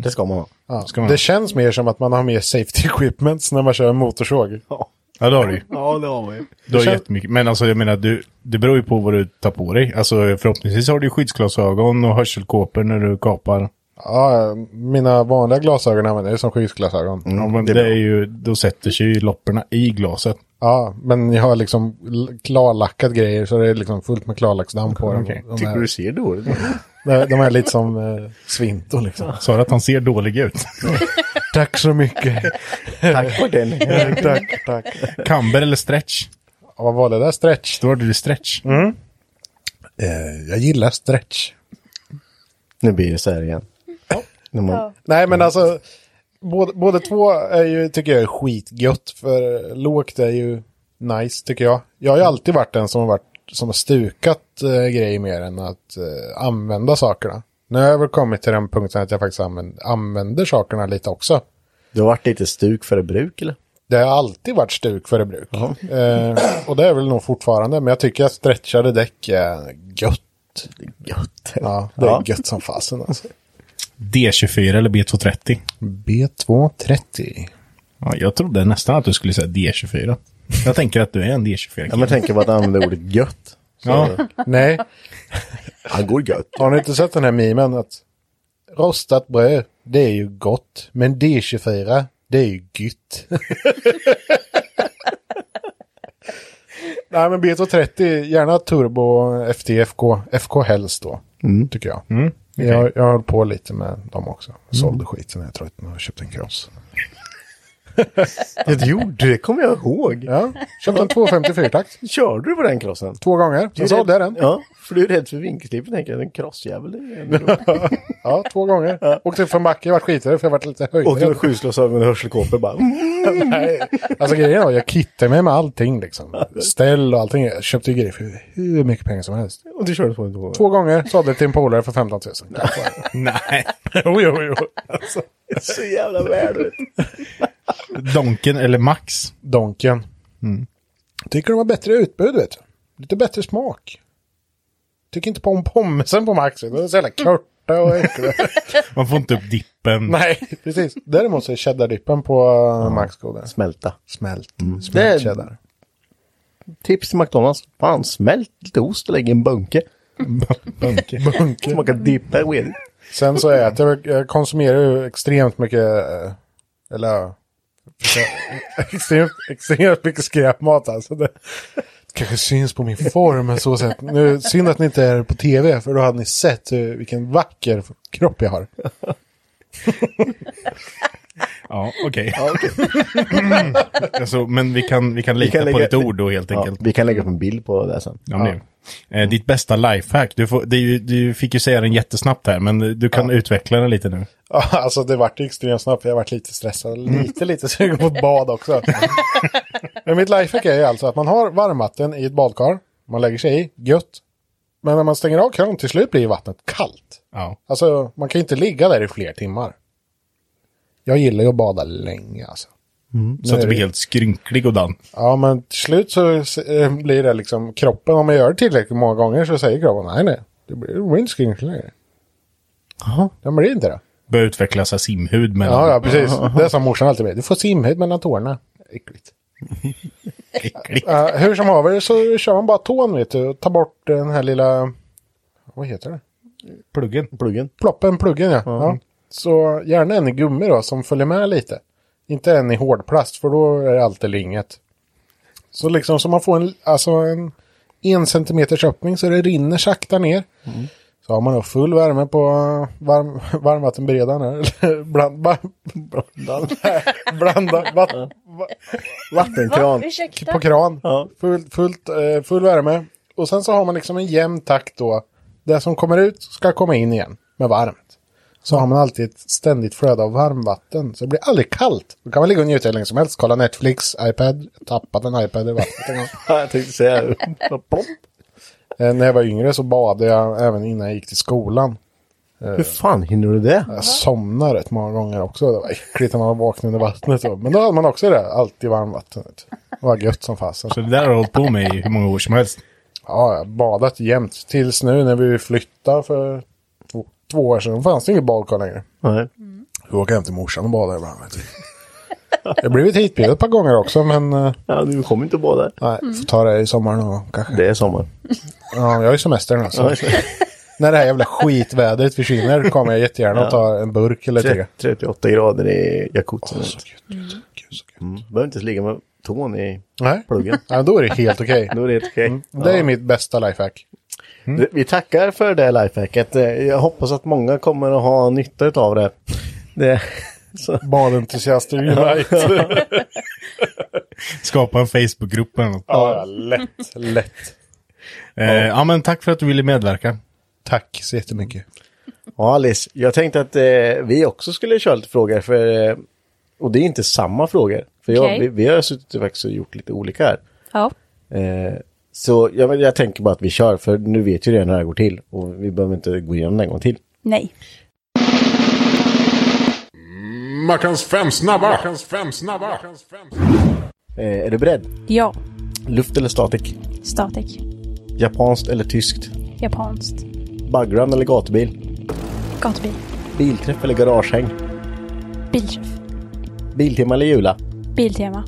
Det ska man ha.
Ja,
Ska man-
Det känns mer som att man har mer safety equipments när man kör motorsåg.
Ja, det har du ju.
Ja, det har man ju.
Du har
känner-
jättemycket. Men alltså jag menar, du, det beror ju på vad du tar på dig. Alltså förhoppningsvis har du ju skyddsglasögon och hörselkåpor när du kapar.
Ja, mina vanliga glasögon använder jag som skyddsglasögon.
Ja, men det, är ju, då sätter sig ju lopporna i glaset.
Ja, men jag har liksom l- klarlackat grejer så det är liksom fullt med klarlacksdamm på dem.
Okej.
De,
Tycker
är,
du ser dåligt ut?
de- de är lite som eh, svinton liksom.
Sa du att han ser dålig ut?
Tack så mycket.
(laughs) Tack för den.
(laughs) tack, tack.
Camber eller stretch?
Ja, Vad var det där? Stretch?
Då har du stretch.
Eh, jag gillar stretch.
(laughs) Nu blir det så här igen. När man,
Nej, men alltså, både, både två är ju, tycker jag är skitgött. För lågt är ju nice, tycker jag. Jag har ju alltid varit den som har, varit, som har stukat eh, grejer mer än att eh, använda sakerna. Nu har jag väl kommit till den punkten att jag faktiskt använder, använder sakerna lite också.
Du har varit lite stuk för bruk eller?
Det har alltid varit stuk före bruk. Eh, och det är väl nog fortfarande, men jag tycker att stretchade däck är gött.
Gött.
Ja, det är
Ja.
gött som fasen alltså.
D24 eller B230?
B230.
Ja, jag trodde nästan att du skulle säga D24. Jag tänker att du är en D24.
Ja, men tänk på att använda ordet gött.
ja.
Nej,
Han går gött.
Har ni inte sett den här memen att rostat bröd, det är ju gott, men D24, det är ju gytt. Nej, men B230, gärna turbo FTFK, FK helst då, tycker jag. Jag, jag höll på lite med dem också. Sålde skit sen jag tröttnade och köpte en cross.
Ja, det gjorde det, kommer jag ihåg.
Ja, köpte en 254-takt,
Körde du på den krossen?
två gånger. Sen sålde jag den.
Ja, för du är rädd för vinkelslippen tänker jag. En krossjävel. det är ju-
Ja, två gånger. Åkte för en backe, vart skitare för jag vart lite
(laughs)
höjdrädd.
Och du har skyddsglasögon och hörselkåpor (laughs) bara.
Nej, alltså grejen var, jag kittade mig med allting liksom. Ställ och allting. Jag köpte ju grejer för hur mycket pengar som helst.
Och du körde på en två.
Två gånger sålde jag till en polare för 15 000.
Nej. (laughs) jo, jo, jo. Alltså,
Så jävla värd ut.
Donken eller Max?
Donken. Tycker de har bättre utbud, vet du. Lite bättre smak. Tycker inte om pommesen på Maxi. De är så jävla korta och äckliga.
Man får inte upp dippen.
Nej, precis. Däremot så är cheddardippen på eh, Max god.
Smälta.
Smält.
Det är-
Smält cheddar.
Tips till McDonalds. Fan, smält lite ost och lägg i en bunke.
(laughs) Bunke.
Smaka dippa weird.
Sen så är jag att jag, jag konsumerar ju extremt mycket, eh, eller ja, försö- extremt, extremt mycket skräpmat alltså. Det kanske syns på min form, men så sett. Nu, synd att ni inte är på tv, för då hade ni sett hur, vilken vacker kropp jag har. (laughs)
Ja, okej. alltså, men vi kan, vi kan lita
kan
på
lägga-
ditt ord då helt
Ja,
enkelt.
vi kan lägga upp en bild på det sen.
Ja, men det. Eh, ditt bästa lifehack. Du, får, det är ju, du fick ju säga den jättesnabbt här, men du kan utveckla den lite nu.
Ja, Alltså det vart ju extremt snabbt, jag vart lite stressad, lite lite sugen på ett bad också. Men mitt lifehack är ju alltså att man har varmvatten i ett badkar, man lägger sig i, gött. Men när man stänger av kranen till slut blir ju vattnet kallt.
Ja.
Alltså, man kan ju inte ligga där i fler timmar. Jag gillar ju att bada länge alltså.
Mm. Så att du blir helt skrynklig och dan.
Ja, men till slut så eh, blir det liksom kroppen, om man gör det tillräckligt många gånger så säger kroppen nej, nej, det blir, det blir inte skrynklig längre. Jaha. Den blir inte det.
Börjar utveckla så här simhud mellan...
Ja, ja, precis. Det sa morsan alltid med. Du får simhud mellan tårna. Äckligt.
(laughs) Äckligt.
Eh, hur som haver så kör man bara tån, vet du, och tar bort den här lilla, vad heter det?
Pluggen.
Pluggen.
Ploppen, pluggen ja. ja. Så gärna en i gummi då som följer med lite. Inte en i hårdplast för då är det alltid inget. Så liksom som man får en, alltså en, en centimeters öppning så det rinner sakta ner. Så har man då full värme på varm, varmvattenberedaren. här. Eller Bland, ba, blandan. blanda, va, va,
Vattenkran.
Va? Ursäkta?
på kran.
Ja.
Full, fullt, eh, full värme. Och sen så har man liksom en jämn takt då. Det som kommer ut ska komma in igen med varmt. Så har man alltid ett ständigt flöde av varmvatten. Så det blir aldrig kallt. Då kan man ligga och njuta hur länge som helst. Kolla Netflix, iPad. Tappade en iPad i vattnet en gång.
(laughs) Ja, jag tänkte säga det. Plopp.
Eh, När jag var yngre så badade jag även innan jag gick till skolan.
Hur fan hinner du det?
Jag somnade rätt många gånger också. Det var äckligt när man vaknade under vattnet. då. Men då hade man också det. Alltid varmvattnet. Det var gött som fasen.
Så det där har jag hållit på med i hur många år som helst.
Ja, jag har badat jämt. Tills nu när vi flyttade för två, två år sedan. Då fanns det inget badkar längre.
Nej.
Vi åker hem till morsan och badar ibland. Vet du. Jag har blivit hitbjuden ett par gånger också, men eh,
Ja, du kommer inte att bada.
nej, får ta det i sommar någon gång kanske.
Det är sommar.
Ja, jag har ju semester nu. Så. alltså. (laughs) När det här jävla skitvädret försvinner kommer jag jättegärna att ta en burk eller tre. Mm.
Tre- 38 grader i jacuzzin. Mm. Behöver inte ens ligga med tån i
Nej,
pluggen.
ja, då är det helt okej.
(laughs)
Mm.
Då är det helt okej.
Mm.
Det är mitt bästa lifehack.
Mm. Vi- Vi tackar för det här lifehacket. Eh, Jag hoppas att många kommer att ha nytta av det. det. (laughs) Så,
Badentusiaster unite.
(laughs)
Skapa en Facebookgrupp eller något.
Ja, lätt, lätt.
Eh, ja, men tack för att du ville medverka.
Tack så jättemycket.
ja, Alice, jag tänkte att eh, vi också skulle köra lite frågor. För, eh, och det är inte samma frågor. För jag,
Okej.
vi, vi har suttit och faktiskt gjort lite olika här.
Ja.
Eh, så jag, men jag tänker bara att vi kör, för nu vet ju redan hur det här går till. Och vi behöver inte gå igenom det en gång till.
Nej.
Mackans fem snabba! Mackans fem snabba! Mackans fem snabba!
Eh, är du beredd?
Ja.
Luft eller statik?
Static.
Japanskt eller tyskt?
Japanskt.
Bagrun eller gatubil?
Gatubil.
Bilträff eller garagehäng?
Bilträff.
Biltema eller Jula?
Biltema.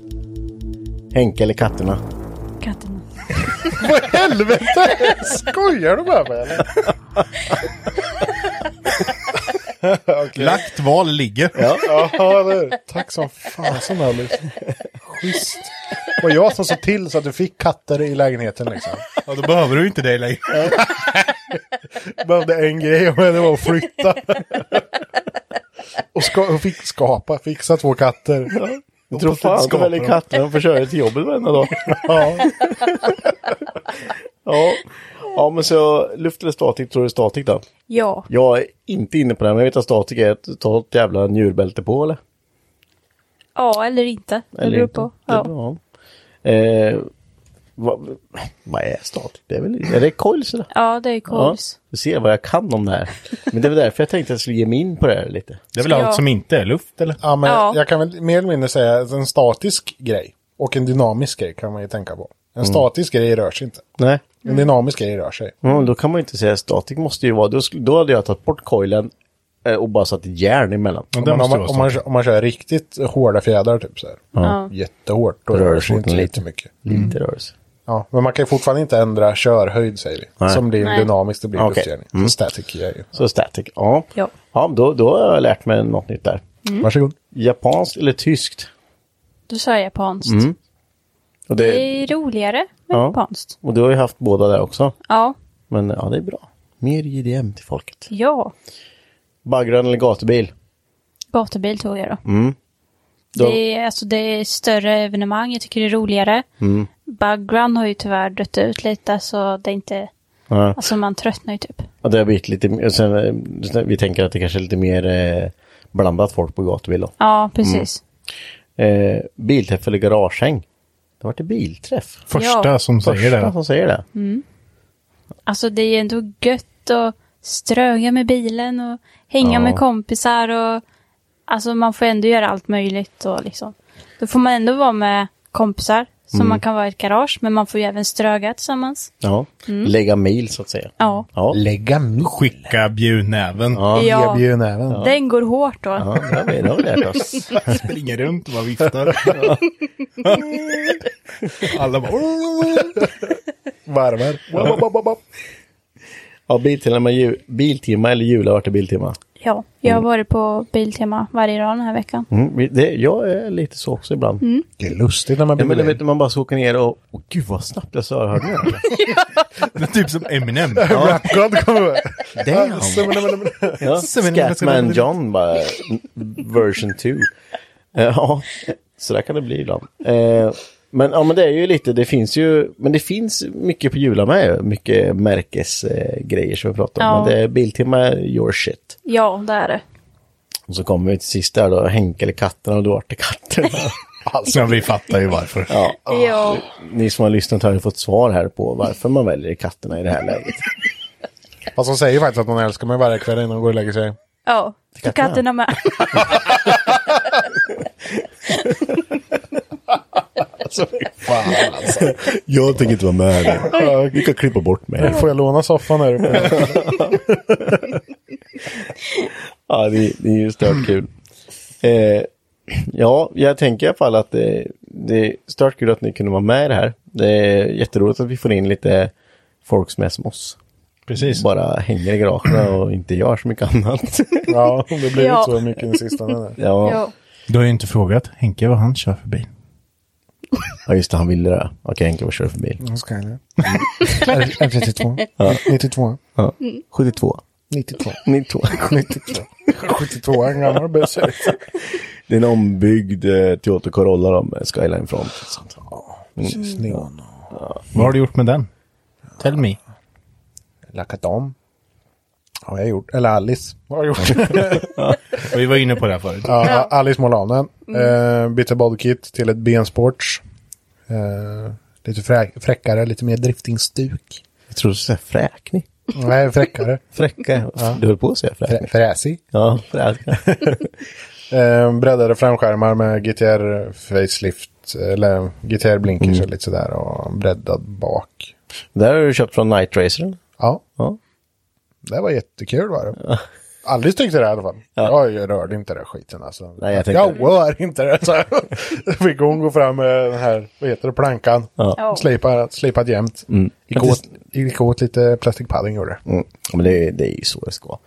Henke eller katterna?
Katterna.
Vad i helvete! Skojar du med mig eller?
Lagt val ligger.
Ja, eller hur? Tack som fasen Alice. Schysst. Det var jag som såg till så att du fick katter i lägenheten liksom.
Ja, då behöver du inte dig längre.
Behövde en grej och det var att flytta. Och, ska, och fick skapa, fixa två katter.
Jag tror
att
fan
skapa
de väljer
dem.
katterna och får köra till jobbet varenda dag.
Ja.
ja. ja, men så luft eller statik, tror du statik då?
Ja.
Jag är inte inne på det, här, men jag vet att statik är att ta ett jävla njurbälte på eller?
Ja, eller inte. Det
Eller
beror
inte.
på.
Det är
Ja.
bra. Eh, vad, vad är statik? Det är väl, är det coils eller?
ja, det är coolt.
Du ser vad jag kan om det här. Men det var därför jag tänkte att jag skulle ge mig in på det här lite.
Det är väl
Ja.
allt som inte är luft, eller?
ja, men
Ja.
jag kan väl mer eller mindre säga att en statisk grej och en dynamisk grej kan man ju tänka på. En
Mm.
statisk grej rör sig inte.
Nej.
En dynamisk grej rör sig.
Ja, men Mm, då kan man ju inte säga statik måste ju vara, då, skulle- då hade jag tagit bort coilen eh, och bara satt ett järn emellan.
Ja, det
Om man,
måste
om, man,
vara
om, man, om man kör riktigt hårda fjädrar typ så här.
Ja.
Jättehårt. Då
Rör
rör det
sig
sig inte
lite.
lite mycket.
Lite rörelse.
Ja, men man kan ju fortfarande inte ändra körhöjd säger vi.
Nej.
Som blir
Nej.
dynamiskt, det blir
Okej.
luftgärning.
Mm.
Så static är ju.
Så static, ja.
Ja.
Ja, då, då har jag lärt mig något nytt där.
Mm.
Varsågod.
Japanskt eller tyskt?
Du sa japanskt.
Och,
Det
det,
är roligare med
Mm. Ja.
japanskt.
och du har ju haft båda där också.
Ja.
Men ja, det är bra. Mer JDM till folket.
Ja.
Baggrön eller gatubil?
Gatubil tog jag då.
Mm. Då-
Det, är, alltså, det är större evenemang, jag tycker det är roligare. Mm. Background har ju tyvärr dött ut lite så det är inte...
Ja.
Alltså man tröttnar ju typ.
Ja, det har blivit lite, och sen, eh, vi tänker att det kanske är lite mer eh, blandat folk på gatubil då.
Ja, precis.
Mm. Eh, bilträff eller garagehäng? Det var till bilträff.
Första
Ja.
som säger
Första
det.
som säger det.
Alltså det är ändå gött att ströga med bilen och hänga
Ja.
med kompisar och... Alltså man får ändå göra allt möjligt och liksom... Då får man ändå vara med kompisar som
Mm.
man kan vara i ett garage men man får ju även ströga tillsammans.
Ja. Lägga mil så att säga.
Ja.
Ja,
Lägga mig.
Skicka bjudnäven.
Ja.
Bjuden även.
Den går hårt då.
ja det har vi- det har vi lärt oss.
Springer runt och bara viftar. Alla
(laughs)
bara...
Varvar.
Ja, biltimmar med jul, biltimma eller jul har varit till biltimma.
Ja, jag har varit på Biltema varje dag den här veckan.
Mm, vi- det, jag är lite så också ibland.
Det är lustigt när man
Ja,
blir
men du
blind.
vet, man bara så åker ner och... Åh, gud vad snabbt jag sa, hörde ni det?
Det är typ som Eminem.
Rapgod kommer.
Damn! Ja,
Så menar jag-
Scatman John bara, version 2. Ja, så där kan det bli ibland. Eh, Men, ja, men det är ju lite, det finns ju, men det finns mycket på Jula med, mycket märkesgrejer som vi pratar om.
Ja.
Men det är Biltema, your shit.
Ja, det är det.
Och så kommer vi till sist där då, Henke eller katterna och Duarte katterna.
Alltså, vi fattar ju varför.
Ja,
(laughs) Ja.
ni som har lyssnat har ju fått svar här på varför man väljer katterna i
(laughs)
det här läget.
Fast hon säger faktiskt att hon älskar mig varje kväll innan hon går och lägger sig.
Ja, till katterna med.
Jag tänker inte vara med här. Ni kan klippa bort mig.
Får jag låna soffan här uppe?
Ja, det, det är ju stört kul. Eh, ja, jag tänker i alla fall att det, det är stört kul att ni kunde vara med i det här. Det är jätteroligt att vi får in lite folk som är som oss.
Precis.
Bara hänger i garagerna och inte gör så mycket annat.
Ja, det blir
Ja.
ja. så mycket den sista. där.
ja,
Ja.
Du har ju inte frågat Henke vad han kör för bil.
ja, just det, han ville det. Okej, Henke, vad kör du för bil?
Nu ska jag det. R32. 92.
72.
92.
(laughs) 92.
72 är en gammal buss.
Det är en ombyggd eh, Toyota Corolla då, med Skyline Front. och Sånt.
Mm.
Neon och
Vad har du gjort med den? Tell me.
lackat om. Har jag gjort. Eller Alice.
Vad har jag gjort?
Vi var inne på det här förut.
(laughs) Ja, Alice målade om den. Eh, bytte bodykit till ett bensports. Eh, lite frä- fräckare, lite mer driftingstuk.
Jag trodde du skulle säga fräknig.
Nej, fräckare.
Fräcka. Du höll på att säga
Frä-
fräknig.
Fräsig.
Ja, fräknig.
Eh, breddade framskärmar med GTR facelift, eller GTR blinkers och lite sådär och breddad bak.
Det här har du köpt från Night Racer. eller?
Ja,
Ja.
det var jättekul var det. Alice tyckte det i alla fall. Ja. Jag rörde inte den skiten alltså.
Nej, jag tänkte-
jag rör inte det. (laughs) Så fick hon gå fram med den här, vad heter det, plankan.
Ja.
Slipat, slipat jämt. Gick, åt, gick åt lite plastic padding gjorde det.
Mm. Ja, Men det, det är ju så det ska. vara.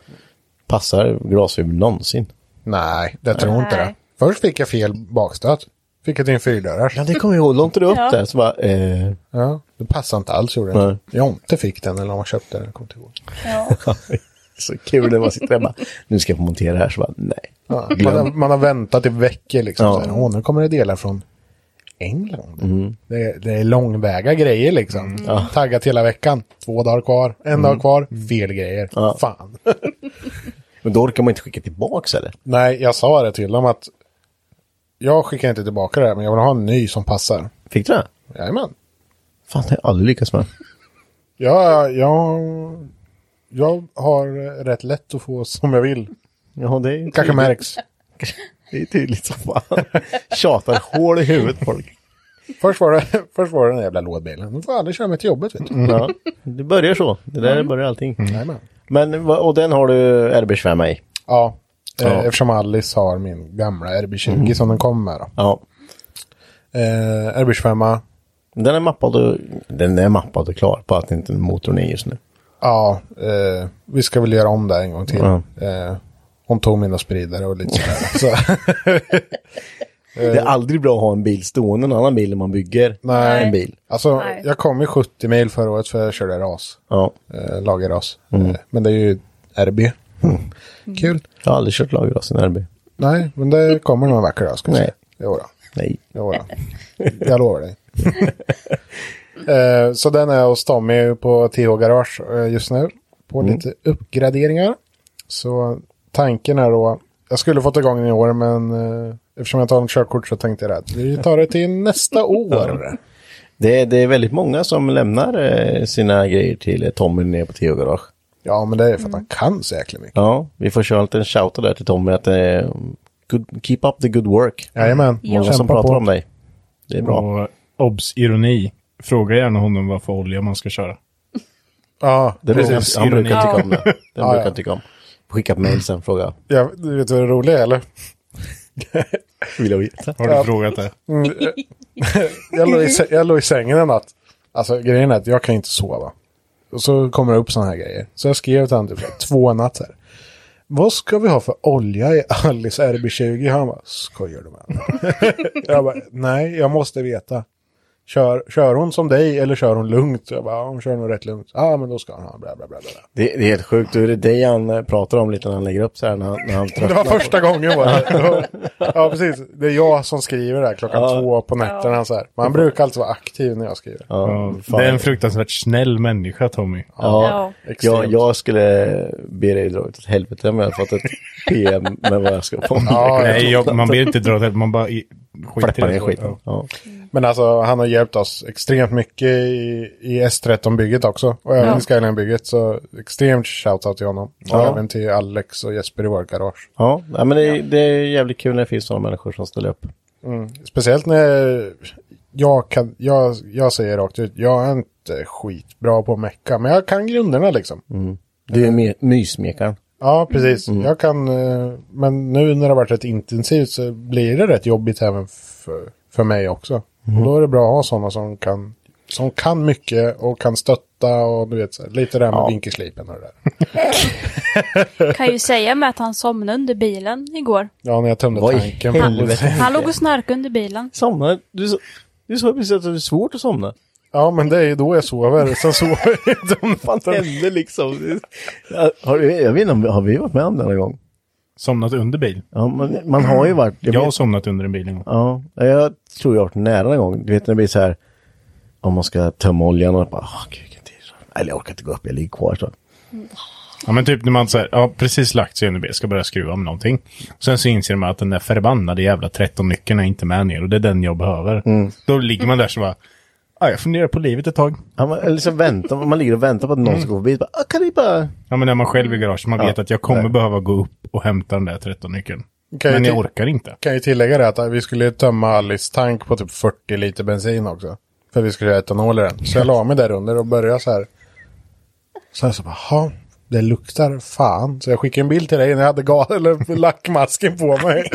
Passar glasfiber någonsin?
Nej, det tror jag inte det.
Nej.
Först fick jag fel bakstöt. Fick jag till en fyrdörrars.
Ja, det kommer jag ihåg. Låg inte du upp
Ja.
där? Så bara, eh,
Ja, det passade inte alls gjorde det
Nej.
inte. Jag inte fick den eller om jag köpte den. jag kommer inte ihåg.
så kul när man sitter där och bara, nu ska jag få montera det här. Så bara, nej.
Ja, man, har, man har väntat i veckor liksom.
Ja.
Så här, Åh, nu kommer det delar från England. Det, är- det är långväga grejer liksom. Taggat hela veckan. Två dagar kvar. En dag kvar. Fel grejer. Fan. (laughs)
Men då orkar man inte skicka tillbaka eller?
Nej, jag sa det till dem att jag skickar inte tillbaka det här, men jag vill ha en ny som passar.
Fick du det?
Jajamän.
Fan, det har jag aldrig lyckats med.
Jag, jag, jag har rätt lätt att få som jag vill.
Ja, det är ju
Kanske
tydligt.
märks.
Det är tydligt som fan. (laughs) Tjatar hål i huvudet folk.
Först var det, först var det den jävla lådbilen. Nu får jag aldrig köra mig till jobbet. Vet du.
Ja, det börjar så. Det där börjar allting.
Jajamän.
Men, vad- och den har du RB25 i?
Ja, eh, eftersom Alice har min gamla RB20
Mhm.
som den kom med. Då.
Ja.
Eh, RB25,
Den är mappad och, den är mappad och klar på att inte motorn är just nu.
ja, eh, vi ska väl göra om det en gång till.
Ja.
Eh, hon tog mina spridare och lite
(laughs)
sådär. så,
Det är aldrig bra att ha en bil stående, en annan bil när man bygger
Nej.
en bil.
alltså,
Nej.
jag kom ju 70 mil förra året för jag körde ras,
Ja.
eh, lagerras.
Mm.
Eh, men det är ju RB. Kul.
Jag har aldrig kört lagerglas i en RB.
Nej, men det kommer någon vacker dag. Ska vi
Nej.
se. Jo då.
Nej.
Jo då. Jag lovar
(laughs)
dig. Eh, så den är hos Tommy på TH Garage eh, just nu. På
Mm.
lite uppgraderingar. Så tanken är då. Jag skulle fått igång den i år men eh, eftersom jag tar en körkort så tänkte jag att vi tar det
(laughs)
till nästa år.
Det, är- det är väldigt många som lämnar eh, sina grejer till eh, Tommy nere på Theo Garage.
Ja men det är för att man
Mm.
kan så jäkla mycket.
Ja, vi får köra en liten shoutout där till Tommy att eh, good, keep up the good work.
Jajamän.
Många som
Kämpa
pratar
på.
om dig. Det är bra.
Och obs, ironi. Fråga gärna honom vad för olja man ska köra.
Ja,
Det brukar,
precis.
han brukar
ironi.
tycka om det. Den
Ja,
brukar
ja.
han tycka om. Skicka ett mejl sen fråga.
Ja, du vet vad det roliga är, eller?
Vill jag veta.
Har du frågat det?
jag, låg i, sä- jag låg i sängen en natt. Alltså grejen är att jag kan inte sova. Och så kommer det upp sådana här grejer. Så jag skrev till honom typ så här, två nätter. Vad ska vi ha för olja i Alice RB20? Han bara, skojar du med mig?" (laughs) Jag bara, nej, jag måste veta. Kör, kör hon som dig eller kör hon lugnt? Jag bara, "Ja, hon kör nog rätt lugnt. Ja, ah, men då ska han ha bla bla bla. bla.
Det, det är helt sjukt. Hur är det dig han eh, pratar om lite när han lägger upp så här när han, när han
(laughs) Det var första gången var det. (laughs) Ja, precis. Det är jag som skriver det här klockan
Ja.
två på nätterna. Så här. Man brukar alltid vara aktiv när jag skriver.
Ja, det är en fruktansvärt snäll människa, Tommy.
Ja, jag, jag skulle be dig dra ut åt helvete om jag hade fått ett PM med vad jag ska på mig.
Nej, jag, man ber inte dra åt helvete, man bara i, skiter
Flappar
i det.
ner skiten. Ja.
Men alltså han har hjälpt oss extremt mycket i, i S13-bygget också. Och även
Ja.
i Skyline-bygget. Så extremt shoutout till honom. Och
Ja.
även till Alex och Jesper i vårt garage.
Ja, nej, men det, är- det är jävligt kul när det finns sådana människor som ställer upp.
Mm. Speciellt när jag kan, jag, jag säger rakt ut, jag är inte skitbra på att mecka. Men jag kan grunderna liksom.
Mm. Du är my- mysmekaren.
Ja, precis.
Mm.
Jag kan, eh, men nu när det har varit rätt intensivt så blir det rätt jobbigt även för, för mig också.
Mm.
Och då är det bra att ha sådana som kan, som kan mycket och kan stötta och du vet, så här, lite det här med vinkelslipen och det där.
Kan ju säga med att han somnade under bilen igår.
Ja, när jag tömde
Vad i
tanken.
helvete?
Han låg och snarkade under bilen.
Somna, du, s- du sa precis att det är svårt att somna.
Ja, men det är ju då jag sover. Sen sover jag inte om
Det
natten.
hände liksom. (laughs) Ja, Har, du- jag vet inte, om- har vi varit med om det någon gång?
Somnat under bil.
Ja, man, man har ju varit...
Jag,
vet-
har somnat under en bil en gång.
Ja, jag tror jag har varit nära någon gång. Du vet när det blir så här, om man ska tömma oljan och bara, åh gud, vilken tid. Eller jag orkar inte gå upp, jag ligger kvar. Så.
Ja, men typ när man så här, ja, precis lagt sig under bil, ska börja skruva med någonting. Sen så inser man att den där förbannade jävla 13-nyckeln är inte med ner och det är den jag behöver.
Mm.
Då ligger man där så bara, ja, jag funderar på livet ett tag.
Ja, man, eller så väntar man, man ligger och väntar på att någon
Mm.
ska gå förbi. Så Bara, "Ah, kan ni bara...
Ja, men när man själv är i garaget, man vet
Ja,
att jag kommer
nej.
behöva gå upp och hämta den där 13-nyckeln.
Kan ju
Men jag
till-
orkar inte.
Kan ju tillägga det att vi skulle tömma Alice tank på typ 40 liter bensin också. För vi skulle göra etanol i den. Så jag la mig där under och började så här. Så jag så bara, "Ha, det luktar fan. Så jag skickade en bild till dig när jag hade gal (laughs) eller lackmasken på mig.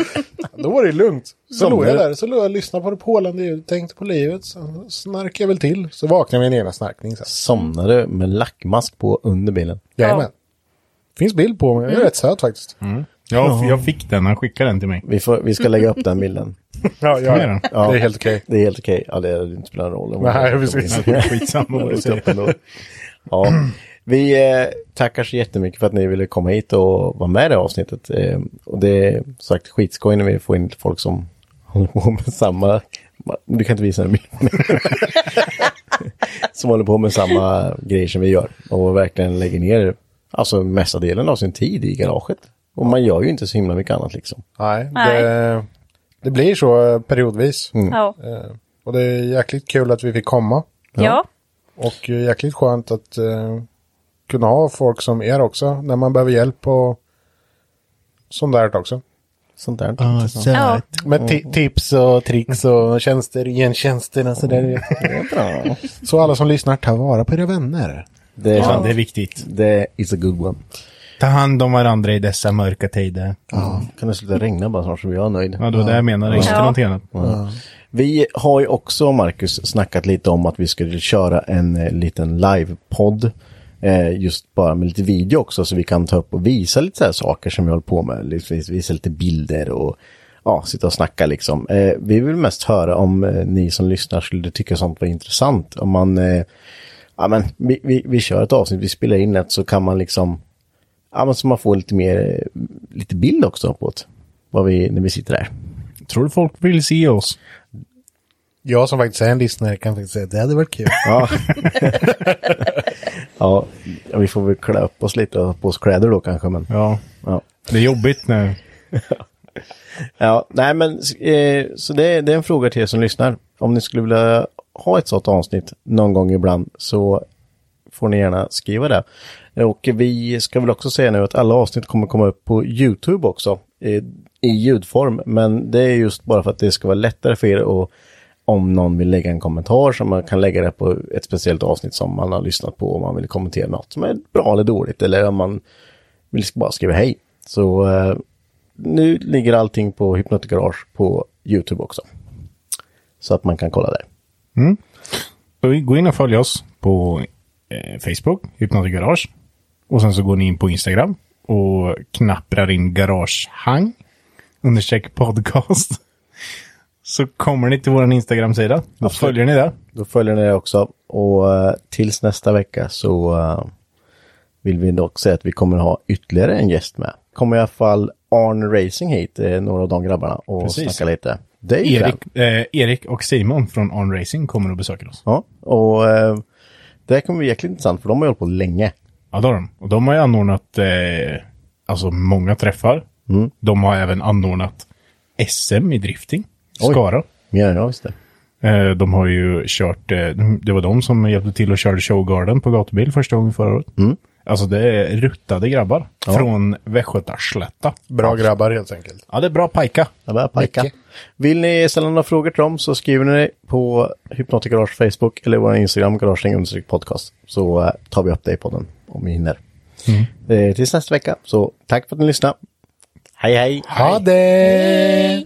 Då var det lugnt. Så låg jag där, så låg jag och lyssnade på det porlande ljudet, tänkte på livet. Sen snarkade jag väl till. Så vaknade jag med en ena snarkning. Så här.
Somnade med lackmask på under bilen.
Jajamän. Finns bild på mig, jag är rätt söt faktiskt.
Ja, jag fick den, han skickade den till mig.
Vi, får, vi ska lägga upp den bilden.
(laughs) Ja, ja,
Mer än.
Ja.
Det är helt okej.
Det är helt okej. Ja, det inte spelar någon roll. om-
Nej, precis.
(laughs)
Skitsamma vad du säger.
Ja. Vi eh, tackar så jättemycket för att ni ville komma hit och vara med i det här avsnittet. Eh, och det är som sagt skitskoj när vi får in folk som håller på med samma... Du kan inte visa den bilden. (laughs) som håller på med samma grejer som vi gör. Och verkligen lägger ner alltså mesta delen av sin tid i garaget. Och man gör ju inte så himla mycket annat liksom.
Nej,
Nej.
Det, det blir så eh, periodvis.
Ja.
Eh, Och det är jäkligt kul att vi fick komma.
Ja.
Och eh, jäkligt skönt att eh, kunna ha folk som er också när man behöver hjälp och sånt där också.
Sånt där.
Ah,
Ja.
Med ti- tips och tricks och tjänster, gentjänster och sådär. så alla som lyssnar, ta vara på era vänner.
Det, är
Fan,
sant.
det är viktigt.
det is a good one.
Ta hand om varandra i dessa mörka tider.
Kan det sluta regna bara snart så blir jag nöjd.
Ja, det var det jag menade, inte
Ja.
någonting annat.
Vi har ju också, Marcus, snackat lite om att vi skulle köra en eh, liten livepodd. Eh, just bara med lite video också så vi kan ta upp och visa lite så här saker som vi håller på med. Liksom, Visa lite bilder och ja, sitta och snacka liksom. Eh, vi vill mest höra om eh, ni som lyssnar skulle tycka sånt var intressant. Om man, eh, ja men vi, vi, vi kör ett avsnitt, vi spelar in ett så kan man liksom, ja men så man får lite mer, eh, lite bild också på det. Vad vi, när vi sitter där.
Tror du folk vill se oss?
Jag som faktiskt är en lyssnare kan faktiskt säga att det hade varit (laughs) kul.
Ja. ja, vi får väl klä upp oss lite och ha på oss kläder då kanske. Men,
Ja,
ja.
det är jobbigt nu.
ja, nej men eh, så det är, det är en fråga till er som lyssnar. Om ni skulle vilja ha ett sådant avsnitt någon gång ibland så får ni gärna skriva det. Och vi ska väl också säga nu att alla avsnitt kommer komma upp på YouTube också eh, i ljudform. Men det är just bara för att det ska vara lättare för er att om någon vill lägga en kommentar som man kan lägga det på ett speciellt avsnitt som man har lyssnat på om man vill kommentera något som är bra eller dåligt eller om man vill bara skriva hej. Så eh, nu ligger allting på Hypnotic Garage på YouTube också. Så att man kan kolla där.
Så gå in och följ oss på eh, Facebook, Hypnotic Garage. Och sen så går ni in på Instagram, och knapprar in garagehang understreck podcast. (laughs) Så kommer ni till vår Instagram-sida. Då
Absolut.
följer ni där.
Då följer ni det också. Och eh, tills nästa vecka så eh, vill vi dock säga att vi kommer ha ytterligare en gäst med. Kommer i alla fall Arn Racing hit, eh, några av de grabbarna, och
Precis.
snacka lite. Det är ju kul.
Erik, eh, Erik och Simon från On Racing kommer och besöker oss.
Ja, och eh, det här kommer bli jäkligt intressant för de har hållit på länge.
Ja, det har de. Och de har ju anordnat eh, alltså många träffar.
Mm.
De har även anordnat SM i drifting.
Oj.
Skara.
Ja, ja visst det.
Eh, de har ju kört, eh, det var de som hjälpte till och körde Showgarden på gatubil första gången förra året. Alltså det är ruttade grabbar från Västgötaslätta.
Bra grabbar helt enkelt.
Ja, det är bra pajka.
Jag börjar pajka.
Mycket.
Vill ni ställa några frågor till dem så skriver ni det på Hypnotic Garage Facebook eller vår Instagram, garagering understreck podcast. Så eh, tar vi upp det i podden om vi hinner.
Mm.
Eh, tills nästa vecka, så tack för att ni lyssnade. Hej hej!
Ha det!